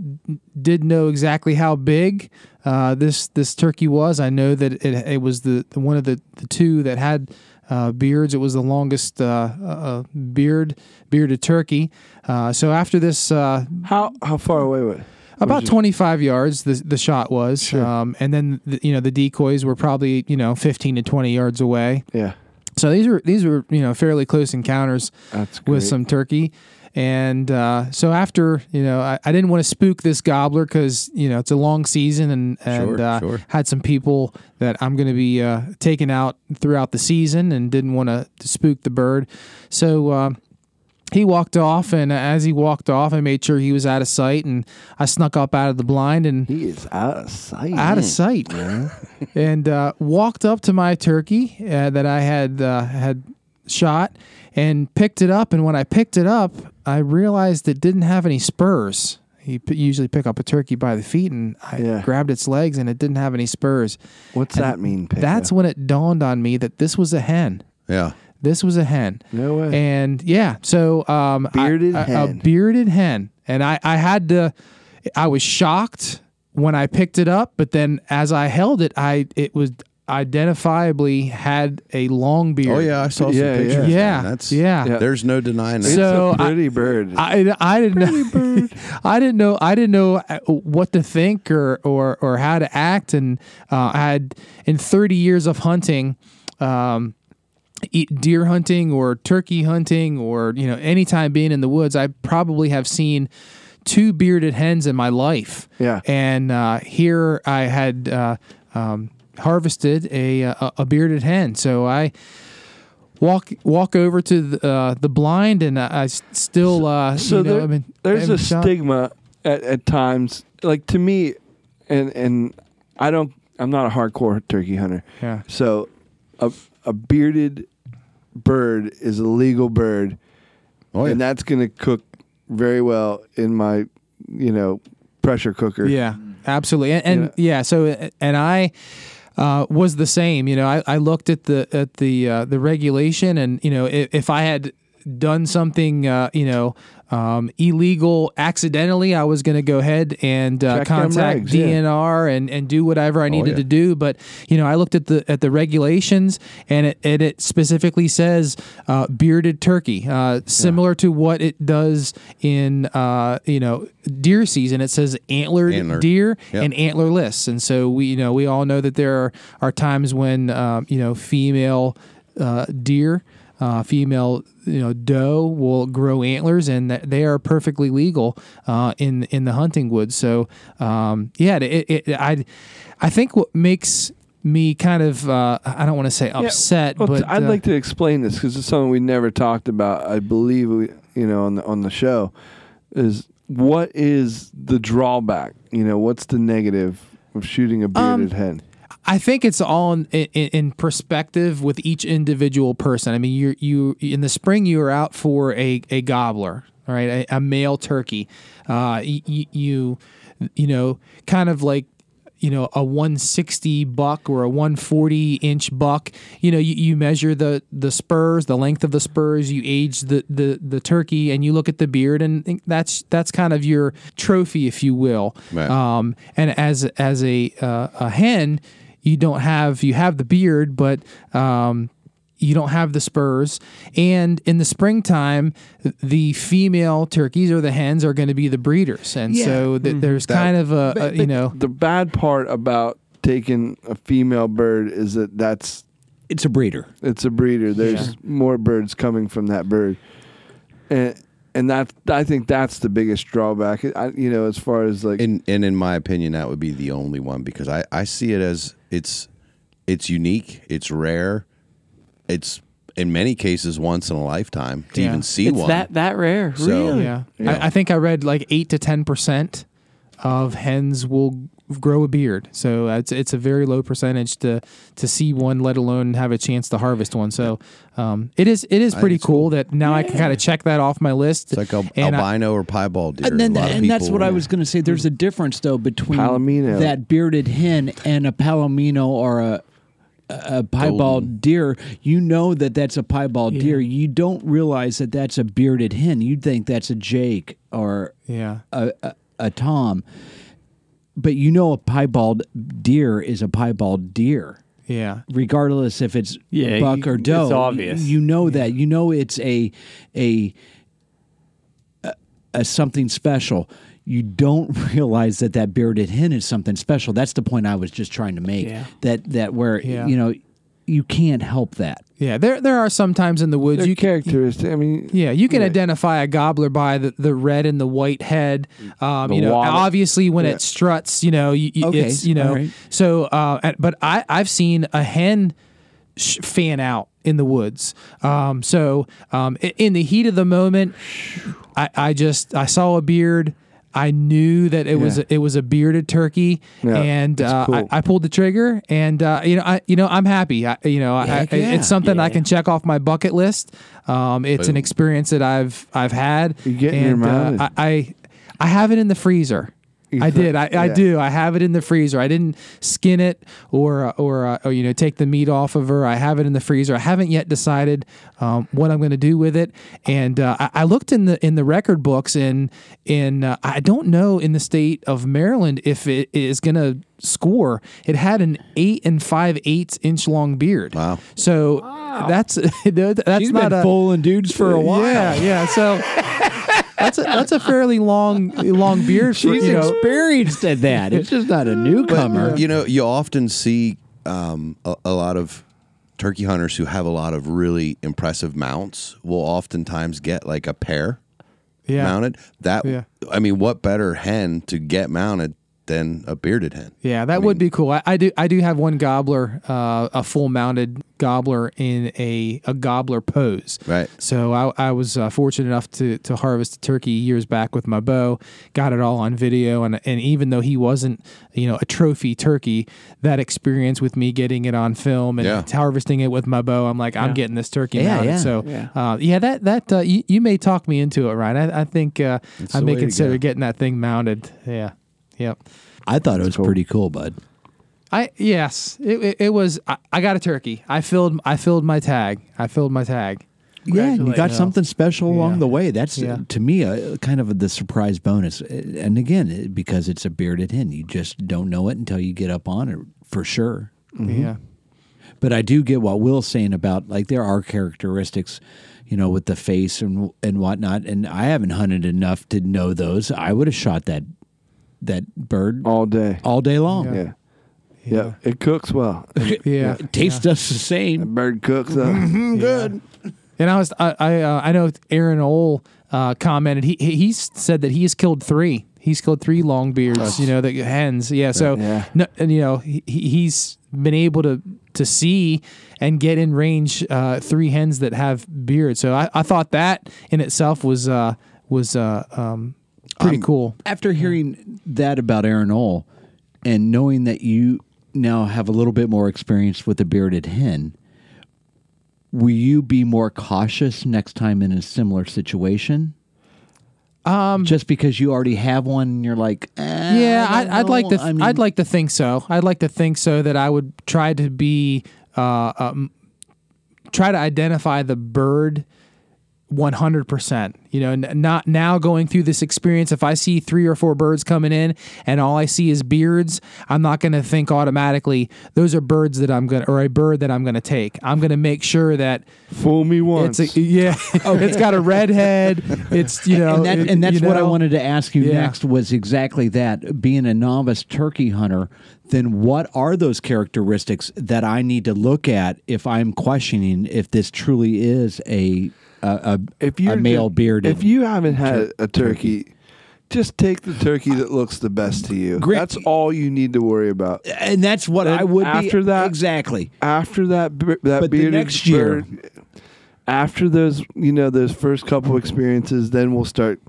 didn't know exactly how big uh, this this turkey was. I know that it it was the one of the, the two that had uh, beards. It was the longest uh, uh, beard bearded turkey. Uh, so after this uh, How how far away was? about 25 yards the the shot was um, and then the, you know the decoys were probably you know 15 to 20 yards away Yeah, so these were these were you know fairly close encounters that's great. with some turkey. And uh, so after, you know, I, I didn't want to spook this gobbler because, you know, it's a long season and, and Sure, uh, sure. had some people that I'm going to be uh, taking out throughout the season and didn't want to spook the bird. So uh, he walked off. And as he walked off, I made sure he was out of sight and I snuck up out of the blind and he is out of sight. out of sight, and uh, walked up to my turkey uh, that I had uh, had shot and picked it up. And when I picked it up, I realized it didn't have any spurs. You p- usually pick up a turkey by the feet, and I Yeah. grabbed its legs, and it didn't have any spurs. What's that mean? Pick That's when it dawned on me that this was a hen. Yeah. This was a hen. No way. And yeah, so um, I- Bearded a, a hen. bearded hen, and I I had to, I was shocked when I picked it up, but then as I held it, I it was identifiably had a long beard. Oh yeah, I saw some Yeah, yeah. pictures. man. Yeah, That's yeah. Yeah. There's no denying that. it's so a I- pretty bird. I, I didn't I didn't know I didn't know uh, what to think or or, or how to act and uh, I had in 30 years of hunting um, e- deer hunting or turkey hunting or you know any time being in the woods I probably have seen two bearded hens in my life Yeah. and uh, here I had uh, um, harvested a, uh, a a bearded hen so I walk walk over to the, uh, the blind, and I, I s- still uh, so you know, there- I mean, there's I'm a shocked. stigma at, at times like to me and and i don't i'm not a hardcore turkey hunter Yeah. so a, a bearded bird is a legal bird Oh yeah. and that's going to cook very well in my you know pressure cooker Yeah, absolutely, and, and yeah. So uh, and I uh, was the same. You know, I, I looked at the at the uh, the regulation, and you know, if, if I had done something, uh, you know. Um, illegal accidentally I was going to go ahead and uh, Check them contact regs, yeah. DNR and, and do whatever I needed Oh, yeah. to do but you know I looked at the at the regulations and it, and it specifically says uh, bearded turkey uh, similar to what it does in uh, you know deer season it says antlered Antler. deer Yep. and antlerless. And so we, you know, we all know that there are, are times when, um, you know, female uh, deer, uh, female, you know, doe will grow antlers, and that they are perfectly legal uh, in in the hunting woods. So um, yeah, it, it, it, I I think what makes me kind of uh, I don't want to say Yeah, upset, well, but i'd uh, like to explain this because it's something we never talked about i believe we, you know on the, on the show is what is the drawback you know what's the negative of shooting a bearded hen I think it's all in, in, in perspective with each individual person. I mean, you you in the spring you are out for a, a gobbler, all right, a, a male turkey. Uh, y- y- you you know kind of like you know a 160 buck or a 140 inch buck you know you, you measure the the spurs the length of the spurs you age the, the the turkey and you look at the beard and think that's that's kind of your trophy if you will Right. um and as as a uh, a hen you don't have you have the beard but um you don't have the spurs and in the springtime the female turkeys or the hens are going to be the breeders and Yeah. so th- there's kind of a, a you know the bad part about taking a female bird is that that's it's a breeder. It's a breeder. There's Yeah. more birds coming from that bird, and and that I think that's the biggest drawback. I, you know, as far as like and and in my opinion that would be the only one because i i see it as it's it's unique it's rare it's in many cases once in a lifetime to Yeah. even see It's one that- that rare So- yeah, I, I think i read like 8 to 10% of hens will grow a beard so it's it's a very low percentage to to see one let alone have a chance to harvest one so um it is it is I pretty think it's cool that now i can kind of check that off my list it's like Al- albino or piebald deer And then, a lot of and that's people- what I was going to say. There's a difference though between Palomino. that bearded hen and a palomino or a a piebald deer. You know that that's a piebald deer. You don't realize that that's a bearded hen. You'd think that's a Jake or yeah a, a, a Tom, but you know a piebald deer is a piebald deer. Yeah. Regardless if it's Yeah, buck you- or it's doe, obvious. You know that. You know it's a a as something special. You don't realize that that bearded hen is something special. That's the point I was just trying to make. Yeah. That that where Yeah. you know you can't help that. Yeah, there there are sometimes in the woods They're you characteristic. I mean, yeah, you can identify a gobbler by the, the red and the white head. Um, Mm. The you know, waddle. obviously when Yeah. it struts, you know, you, you- Okay, it's you know. all right. So, uh, and- but I I've seen a hen sh- fan out in the woods. Um, so um, i- in the heat of the moment, I I just I saw a beard. I knew that it was Yeah. it was a bearded turkey, Yeah, and that's uh, cool. I, I pulled the trigger, and uh, you know I you know I'm happy. I, you know I, Heck yeah. it's something I can check off my bucket list. Um, it's an Boom. experience that I've I've had. You getting your mounted. I, I I have it in the freezer. I thought- did. I, I yeah. do. I have it in the freezer. I didn't skin it or uh, or uh, or you know take the meat off of her. I have it in the freezer. I haven't yet decided um, what I'm going to do with it. And uh, I, I looked in the in the record books and in uh, I don't know in the state of Maryland if it is going to score. It had an eight and five eighths inch long beard. Wow. So that's that's She's not been a, fooling dudes for a while. Yeah. Yeah. So. That's a that's a fairly long long beard. For, She's you know, experienced at that. It's just not a newcomer. But, you know, you often see um, a, a lot of turkey hunters who have a lot of really impressive mounts will oftentimes get like a pair Yeah. mounted. That Yeah. I mean, what better hen to get mounted than a bearded hen? Yeah, that would be cool. I, I do. I do have one gobbler, uh, a full mounted gobbler in a, a gobbler pose. Right. So I, I was uh, fortunate enough to to harvest a turkey years back with my bow. Got it all on video, and and even though he wasn't, you know, a trophy turkey, that experience with me getting it on film and Yeah. harvesting it with my bow, I'm like, I'm Yeah. getting this turkey Yeah, mounted. yeah. So Yeah. Uh, yeah, that that uh, you, you may talk me into it, Ryan. I, I think uh, It's I the may way to consider go. getting that thing mounted. Yeah. Yep. I thought it was pretty cool, bud. I yes, it, it, it was. I, I got a turkey. I filled. I filled my tag. I filled my tag. Yeah, and you got Congratulations. something special along the way. That's uh, Yeah. to me a, kind of the surprise bonus. Uh, And again, it- because it's a bearded hen, you just don't know it until you get up on it for sure. Yeah. But I do get what Will's saying about like there are characteristics, you know, with the face and and whatnot. And I haven't hunted enough to know those. I would have shot that that bird Oh. all day, all day long. Yeah. yeah, it cooks well. Yeah. It tastes just the same. The bird cooks up. good. And I was. I. I, uh, I know Aaron Ole uh, commented. He. He he said that he's killed three. He's killed three longbeards. You know the hens. Yeah. So. Yeah. No, and you know he, he- he's been able to to see and get in range uh, three hens that have beards. So I, I thought that in itself was uh, was uh, um, pretty cool. After hearing that about Aaron Ole and knowing that you now have a little bit more experience with a bearded hen, will you be more cautious next time in a similar situation? Um, just because you already have one, and you're like, eh, yeah, I I'd, don't I'd like know. to. I mean- I'd like to think so. I'd like to think so that I would try to be, uh, um, try to identify the bird. 100%. You know, n- not now going through this experience. If I see three or four birds coming in and all I see is beards, I'm not going to think automatically, those are birds that I'm going to, or a bird that I'm going to take. I'm going to make sure that. Fool me once. It's a, e- yeah. it's got a red head. It's, you know. and, that, it- and that's you what I know. wanted to ask you Yeah. next was exactly that. Being a novice turkey hunter, then what are those characteristics that I need to look at if I'm questioning if this truly is a a, a, if a you're male ju- bearded? If you haven't had a turkey, just take the turkey that looks the best to you. Great. That's all you need to worry about. and that's what I would after be, that- exactly. After that, b- But that the bearded next year- bird- after those, you know, those first couple experiences, then we'll start.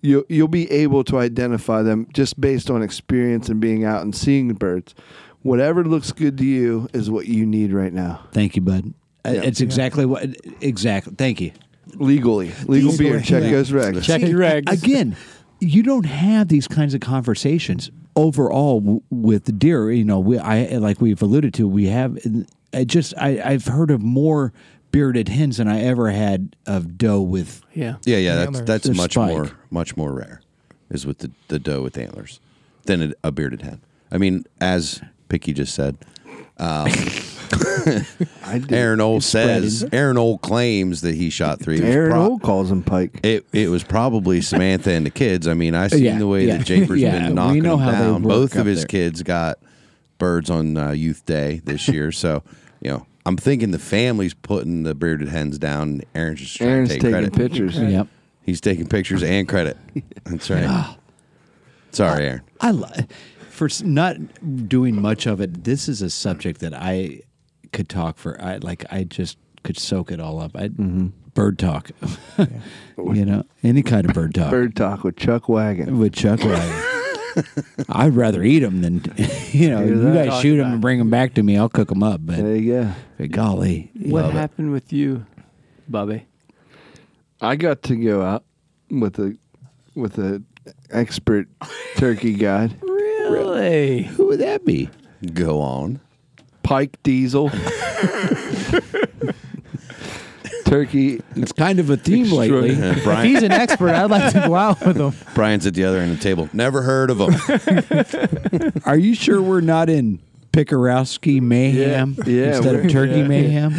You you'll be able to identify them just based on experience and being out and seeing the birds. Whatever looks good to you is what you need right now, Thank you, bud. Uh, It's exactly what exactly. Thank you. legally. Legal beard check goes regs. Check your regs. Again, you don't have these kinds of conversations overall w- with the deer. You know, we, I like we've alluded to. We have I just I, I've heard of more bearded hens than I ever had of doe with. Yeah. Yeah, yeah, that's Antlers. that's They're much spike. more much more rare, is with the, the doe with antlers, than a, a bearded hen. I mean, as Picky just said, um, Aaron Old says Aaron Old claims that he shot three. It was Aaron pro- Old calls him Pike. It it was probably Samantha and the kids. I mean, I seen Yeah, the way yeah. that Japer's Yeah, we been knocking know them how they down. work Both up of his there. kids got birds on uh, Youth Day this year, so you know I'm thinking the family's putting the bearded hens down. and Aaron's just trying Aaron's to take taking credit. pictures. Yep. He's taking pictures and credit. That's right. Sorry, Aaron. I li- for s- not doing much of it. This is a subject that I could talk for. I like I just could soak it all up. I Mm-hmm. bird talk. you know, any kind of bird talk. Bird talk with Chuck Wagon. with Chuck Wagon. I'd rather eat them than you know. Hear You that? guys Talk shoot them and bring them back to me. I'll cook them up. There But, you go. but golly, What love it. happened with you, Bobby? I got to go out with a with a expert turkey guide, Really? Who would that be? Go on. Pike Diesel. turkey. It's kind of a theme lately. If Brian he's an expert, I'd like to go out with him. Brian's at the other end of the table. Never heard of him. Are you sure we're not in Pikarowski mayhem Yeah, yeah, instead of we're- turkey yeah. mayhem?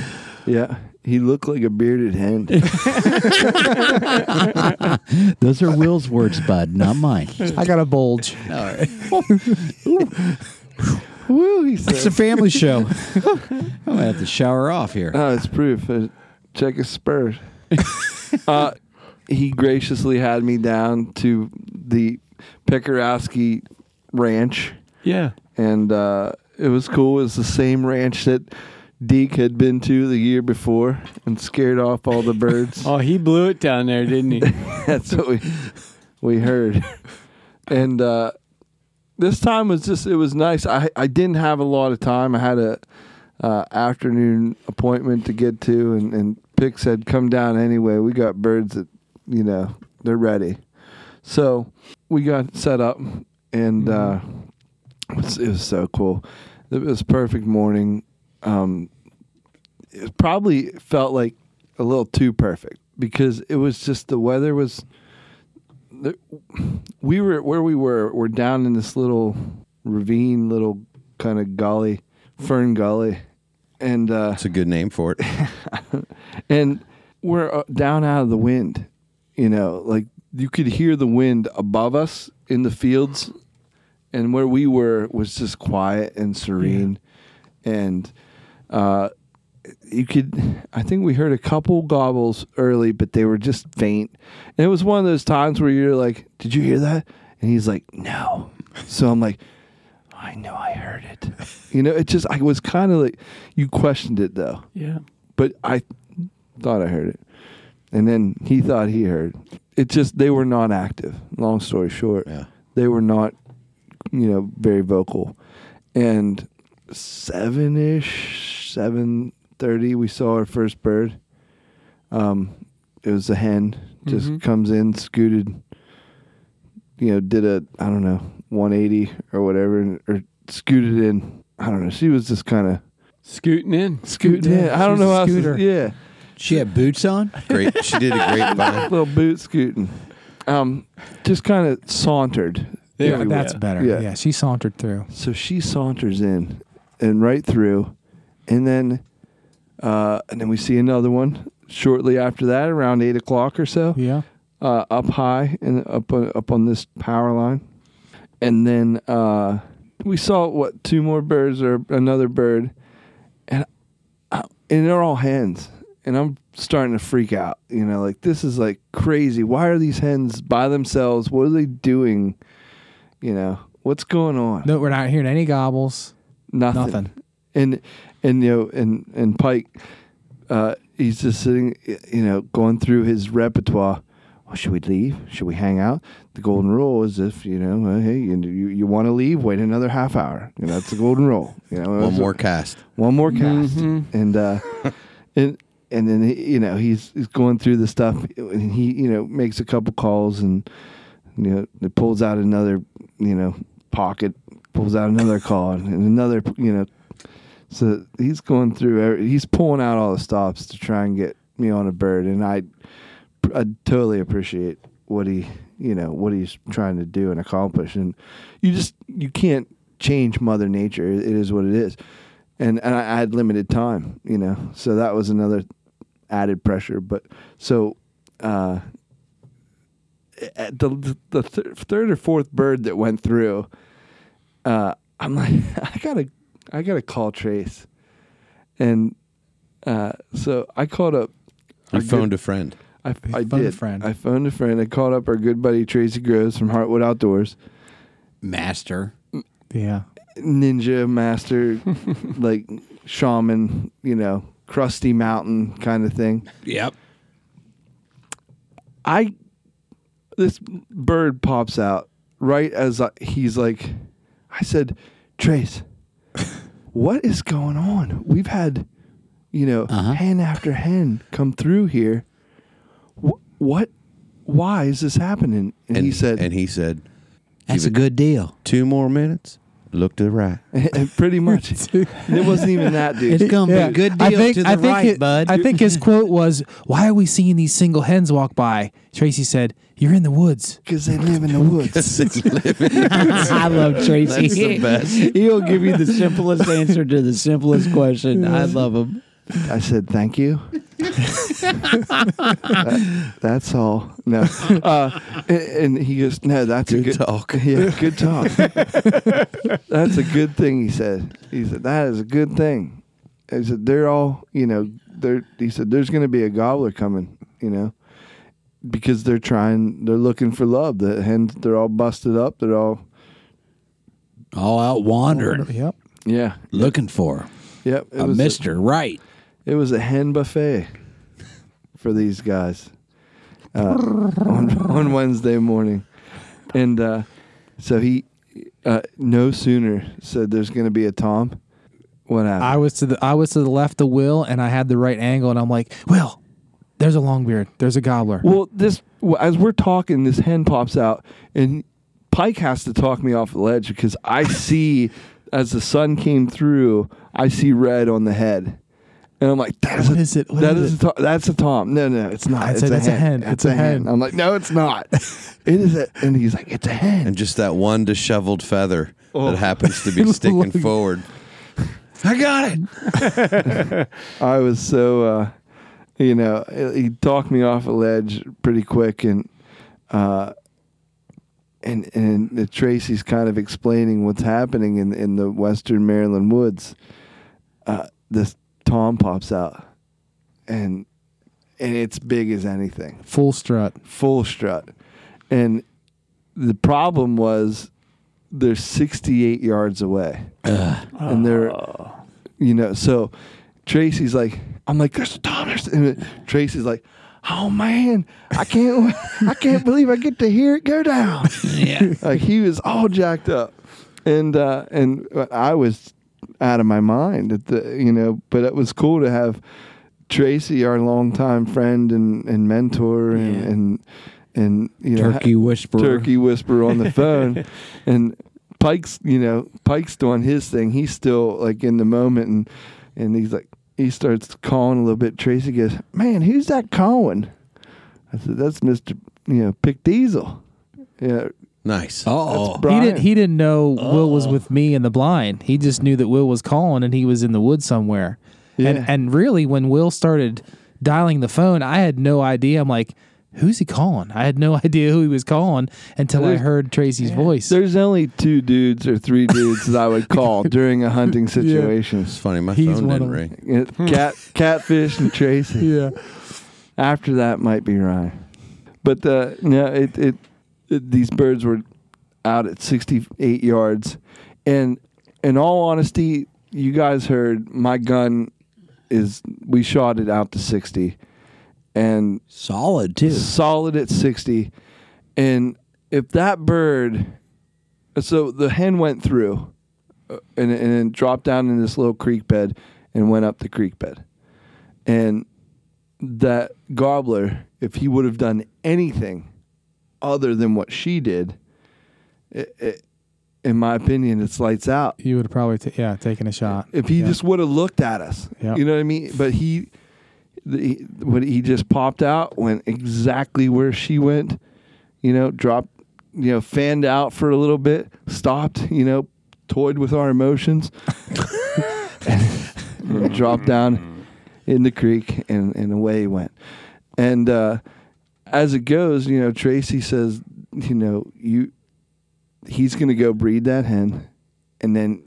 Yeah, he looked like a bearded hen. Those are Will's words, bud, not mine. I got a bulge. Woo! He It's a said, family show. I'm gonna have to shower off here. "Oh, it's proof. Uh, Check his spurs." uh, he graciously had me down to the Pekarowski Ranch. Yeah. and uh, it was cool. It was the same ranch that Deke had been to the year before and scared off all the birds. Oh, he blew it down there, didn't he? That's what we we heard. And uh, this time was just it was nice. I I didn't have a lot of time. I had a uh, afternoon appointment to get to, and and Pick said, "Come down anyway. We got birds that you know they're ready." So we got set up, and uh, it, was, it was so cool. It was a perfect morning. Um, it probably felt like a little too perfect because it was just the weather was. the- We were where we were. We're down in this little ravine, little kind of gully, fern gully, and uh, That's a good name for it. and we're uh, down out of the wind. You know, like you could hear the wind above us in the fields, and where we were was just quiet and serene, and uh, you could. I think we heard a couple gobbles early, but they were just faint. And it was one of those times where you're like, "Did you hear that?" And he's like, "No." So I'm like. I know I heard it. You know, it just, I was kind of like, you questioned it though Yeah. but I thought I heard it, and then he thought he heard. It just they were not active. Long story short, Yeah. they were not, you know, very vocal, and seven ish, seven thirty, we saw our first bird. Um, it was a hen. Just Mm-hmm. Mhm. comes in, scooted. You know, did a I don't know one eighty or whatever, and, or scooted in. I don't know. She was just kind of scooting in, scooting in. I don't know how. else to- yeah, she had boots on. Great. She did a great vine. Little boot scooting. Um, just kind of sauntered. if Yeah, you that's will. better. Yeah. she sauntered through. So she saunters in and right through, and then uh, and then we see another one shortly after that, around eight o'clock or so. Yeah, uh, up high and up on, up on this power line, and then uh, we saw what two more birds or another bird, and I, and they're all hens, and I'm starting to freak out. You know, like this is like crazy. Why are these hens by themselves? What are they doing? You know, what's going on? No, we're not hearing any gobbles. nothing. Nothing. And and you know and and Pike, uh, he's just sitting, you know, going through his repertoire. Well, should we leave? Should we hang out? The golden rule is if you know, uh, hey, you you, you want to leave, wait another half hour. You know, that's the golden rule. You know, One more cast. One more cast, and uh, and and then he, you know he's he's going through the stuff, and he you know makes a couple calls, and you know it pulls out another you know pocket, pulls out another call, and another you know. So he's going through. every- He's pulling out all the stops to try and get me on a bird, and I, I totally appreciate what he, you know, what he's trying to do and accomplish. And you just you can't change Mother Nature. It is what it is. And and I, I had limited time, you know, so that was another added pressure. But so. uh at the the th- third or fourth bird that went through, uh, I'm like, I gotta, I gotta call Trace, and uh, so I called up. You our phoned good- a friend. I, I phoned a did. friend. I phoned a friend. I called up our good buddy Tracy Groves from Heartwood Outdoors, master, Yeah. ninja master, like shaman, you know, crusty mountain kind of thing. Yep. I this bird pops out right as I, he's like I said, "Trace, what is going on? We've had, you know, Uh-huh. hen after hen come through here. Wh- what why is this happening?" And, he said and he said, "That's a good deal." Two more minutes. Look to the right. and pretty much. and it wasn't even that, dude. Yeah. I think, I think hi- I think his quote was, "Why are we seeing these single hens walk by?" Tracy said, "You're in the woods because they live in the woods." I love Tracy. That's the best. He'll give you the simplest answer to the simplest question. I love him. I said, "Thank you." That- that's all. No, uh, and, and he goes, "No, that's a good talk. Yeah, good talk. that's a good thing." He said. He said that is a good thing. He said they're all, you know, they're. He said there's going to be a gobbler coming, you know, because they're trying, they're looking for love. The hens, they're all busted up. They're all, All out wandering. Yep. yeah, Looking for yep. a mister. right. It was a hen buffet for these guys uh, on, on Wednesday morning. And uh, so he uh, no sooner said there's going to be a Tom. What happened? I was to the I was to the left of Will, and I had the right angle, and I'm like, Will, there's a longbeard, there's a gobbler. Well, this well, as we're talking, this hen pops out, and Pike has to talk me off the ledge because I see as the sun came through, I see red on the head, and I'm like, "That's a, is it? What that is is a to- that's a tom. No, no, it's not. I'd it's say that's a hen. It's It's a a hen. hen. I'm like, no, it's not. it is a, and he's like, it's a hen. And just that one disheveled feather Oh. that happens to be sticking forward. I got it. I was so, uh, you know, he talked me off a ledge pretty quick, and uh, and and Tracy's kind of explaining what's happening in in the Western Maryland woods. Uh, this tom pops out, and and it's big as anything Full strut. full strut. And the problem was they're 68 yards away. And they're, you know, so Tracy's like, I'm like, there's a Tom. there's a-" And Tracy's like, oh man, I can't, I can't believe I get to hear it go down. Yeah. like he was all jacked up. And, uh, and I was, out of my mind. At the you know, but it was cool to have Tracy, our longtime friend and, and mentor, and, and and you know, Turkey whisperer. Turkey whisperer on the phone, and Pike's you know Pike's doing his thing. He's still like in the moment, and and he's like he starts calling a little bit. Tracy goes, "Man, who's that calling?" I said, "That's Mister you know Pick Diesel." Yeah, nice. Oh, he didn't. He didn't know Will was with me in the blind. He just knew that Will was calling, and he was in the woods somewhere. Yeah. And and really, when Will started dialing the phone, I had no idea. I'm like, who's he calling? I had no idea who he was calling until I There's- heard Tracy's voice. There's only two dudes or three dudes that I would call during a hunting situation. It's funny, my He's phone one didn't of ring. It- Cat, catfish, and Tracy. Yeah. After that might be Rye, but uh, no, it, it it these birds were out at 68 yards, and in all honesty, you guys heard my gun is we shot it out to 60, and solid too, solid at 60, and if that bird so the hen went through uh, and, and then dropped down in this little creek bed and went up the creek bed. And that gobbler, if he would have done anything other than what she did, it, it, in my opinion, it's lights out. You would have probably t- yeah taken a shot If he Yeah. just would have looked at us, Yeah. you know what I mean? But he, the, when he just popped out, went exactly where she went, you know, dropped, you know, fanned out for a little bit, stopped, you know, toyed with our emotions, and, Mm-hmm. dropped down in the creek, and, and away he went. And uh, as it goes, you know, Tracy says, you know, you, he's going to go breed that hen, and then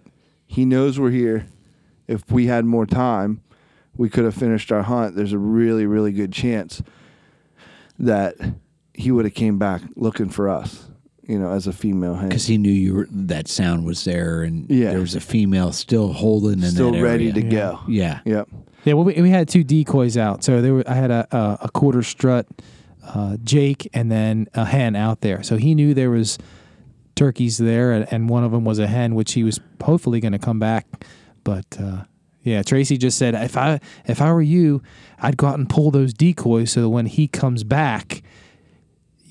he knows we're here. If we had more time, we could have finished our hunt. There's a really, really good chance that he would have came back looking for us, you know, as a female hen. because he knew you were, that sound was there, and Yeah. there was a female still holding in Still that ready area. to go. Yeah. Yep. Yeah, well, we, we had two decoys out. So there, were, I had a, a, a quarter strut, uh, Jake, and then a hen out there. So he knew there was turkeys there, and, and one of them was a hen, which he was hopefully going to come back. But uh, yeah, Tracy just said, if I if I were you, I'd go out and pull those decoys so that when he comes back,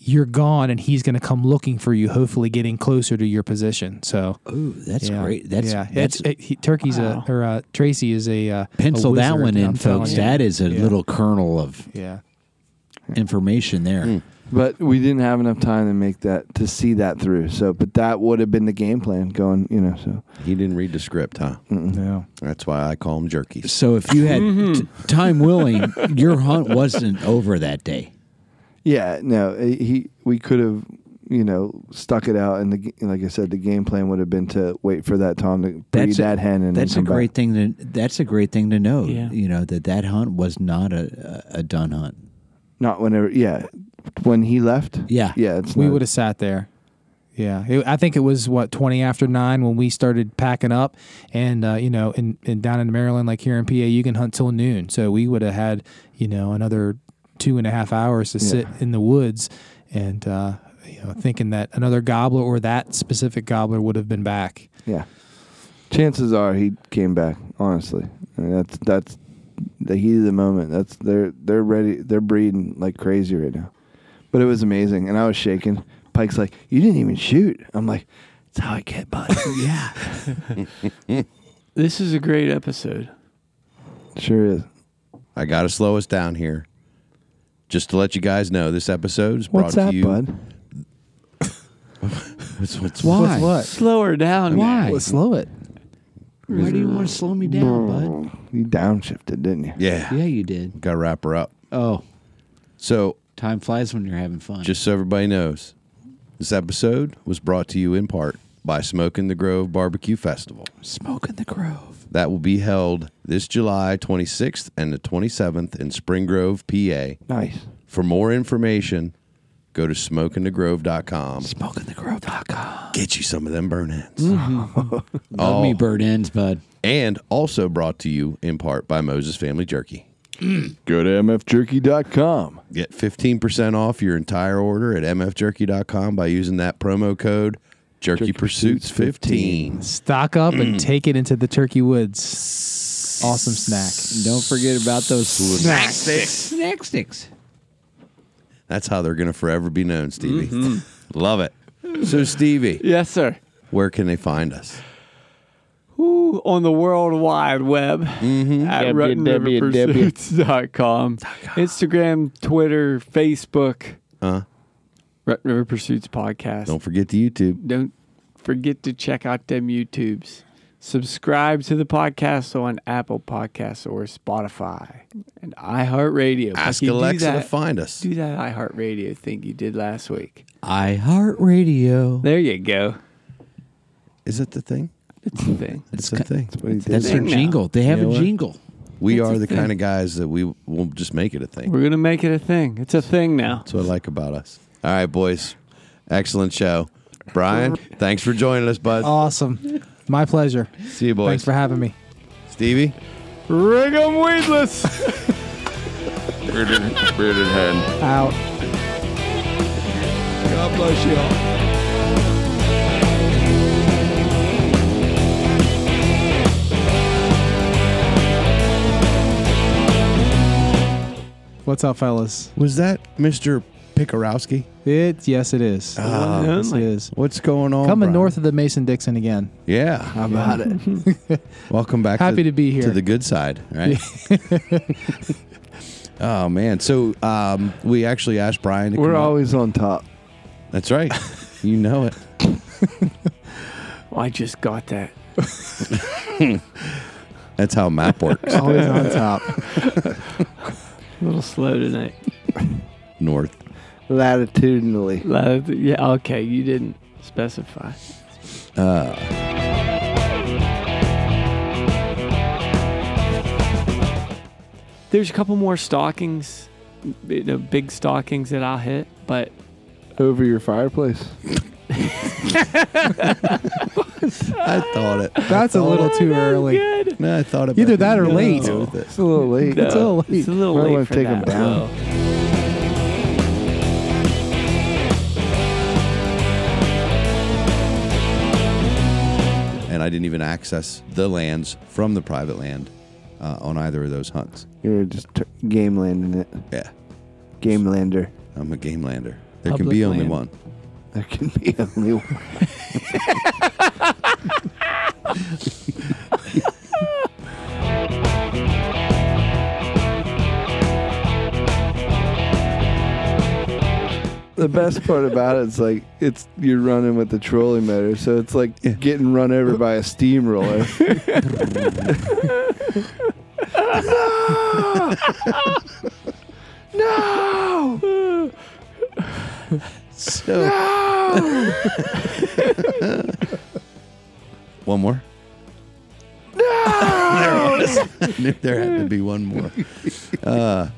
you're gone, and he's going to come looking for you, hopefully getting closer to your position. So Ooh, that's yeah, great. That's yeah. that's It's- it- he- Turkey's a or uh, Tracy is a uh, a pencil that wizard, one I'm in, telling folks. you. That is a Yeah. little kernel of yeah information there. But we didn't have enough time to make that to see that through. So, but that would have been the game plan going, you know. So He didn't read the script, huh? No. That's why I call him jerky. So if you had t- time willing, your hunt wasn't over that day. yeah, no, eh, he we could have, you know, stuck it out, and the g- like I said, the game plan would have been to wait for that time to breed That's that a, hen, and then that's a come back. great thing to that's a great thing to know. Yeah. You know that that hunt was not a, a, a done hunt. Not whenever, yeah. When he left, yeah, yeah. It's we not- would have sat there. Yeah, It- I think it was what twenty after nine when we started packing up, and uh, you know, in, in down in Maryland, like here in PA, you can hunt till noon. So we would have had you know another two and a half hours to Yeah. sit in the woods, and uh, you know, thinking that another gobbler or that specific gobbler would have been back. Yeah. Chances are he came back. Honestly, I mean, that's that's the heat of the moment. That's they're they're ready. They're breeding like crazy right now. But it was amazing, and I was shaking. Pike's like, "You didn't even shoot." I'm like, "That's how I get, bud." yeah. This is a great episode. Sure is. I got to slow us down here. Just to let you guys know, this episode is brought What's to that, you. bud? what's, what's, Why? Slow her down. Why? Well, slow it. Why do you want to slow me down, bud? You downshifted, didn't you? Yeah. Yeah, you did. Got to wrap her up. Oh, So, time flies when you're having fun. just so everybody knows, this episode was brought to you in part by Smoking the Grove Barbecue Festival. Smoking the Grove. That will be held this July 26th and the 27th in Spring Grove, PA. Nice. For more information, go to smokingthegrove.com. Smokingthegrove.com. Get you some of them burn ends. Love me bird ends, bud. And also brought to you in part by Moses Family Jerky. Go to mfjerky.com. Get 15% off your entire order at mfjerky.com by using that promo code Jerky, Pursuits 15. Stock up and take it into the turkey woods. Awesome snack. Don't forget about those snack Snack sticks. That's how they're going to forever be known, Stevie. Mm-hmm. Love it. So, Stevie. Yes, sir. Where can they find us? Ooh, on the World Wide Web Mm-hmm. at RuttenRiverPursuits.com. Instagram, Twitter, Facebook, Huh? Rutten River Pursuits Podcast. Don't forget the YouTube. Don't forget to check out them YouTubes. Subscribe to the podcast on Apple Podcasts or Spotify and iHeartRadio. Ask You do Alexa to that- find us. Do that iHeartRadio thing you did last week. iHeartRadio. There you go. Is that the thing? It's the thing. It's the thing. That's did. their jingle. They have a jingle. We It's are a the thing. kind of guys that we will just make it a thing. We're going to make it a thing. It's a thing now. That's what I like about us. All right, boys. Excellent show. Brian, thanks for joining us, Oh, bud. Awesome. My pleasure. See you, boys. Thanks for having me. Stevie? Rig 'em weedless. Bearded, bearded head. Out. God bless you all. What's up, fellas? Was that Mr. Pikarowski? It yes, it is. Ah. yes, it is. What's going on? Coming Brian? north of the Mason Dixon again. Yeah. How about it? Welcome back. Happy to be here. To the good side, right? oh, man. So um, we actually asked Brian to We're come up- always on top. That's right. You know it. I just got that. That's how map works. Always on top. A little slow tonight. North. Latitudinally. Loud- Yeah, okay, you didn't specify. Uh, There's a couple more stockings, you know, big stockings that I'll hit, but Over your fireplace. I thought it. That's a little too early. No, I thought about Either that or late. It's a little late. It's a little late. it's a little Might late wanna for take 'em that. down. well. and I didn't even access the lands from the private land uh, on either of those hunts. You're just t- game landing it. Yeah. Game lander. I'm a game lander. There can Public be only land. one. There can be only one. The best part about it is like it's you're running with the trolley motor, so it's like getting run over by a steamroller. No! So one more. No. there, was- there had to be one more. Uh,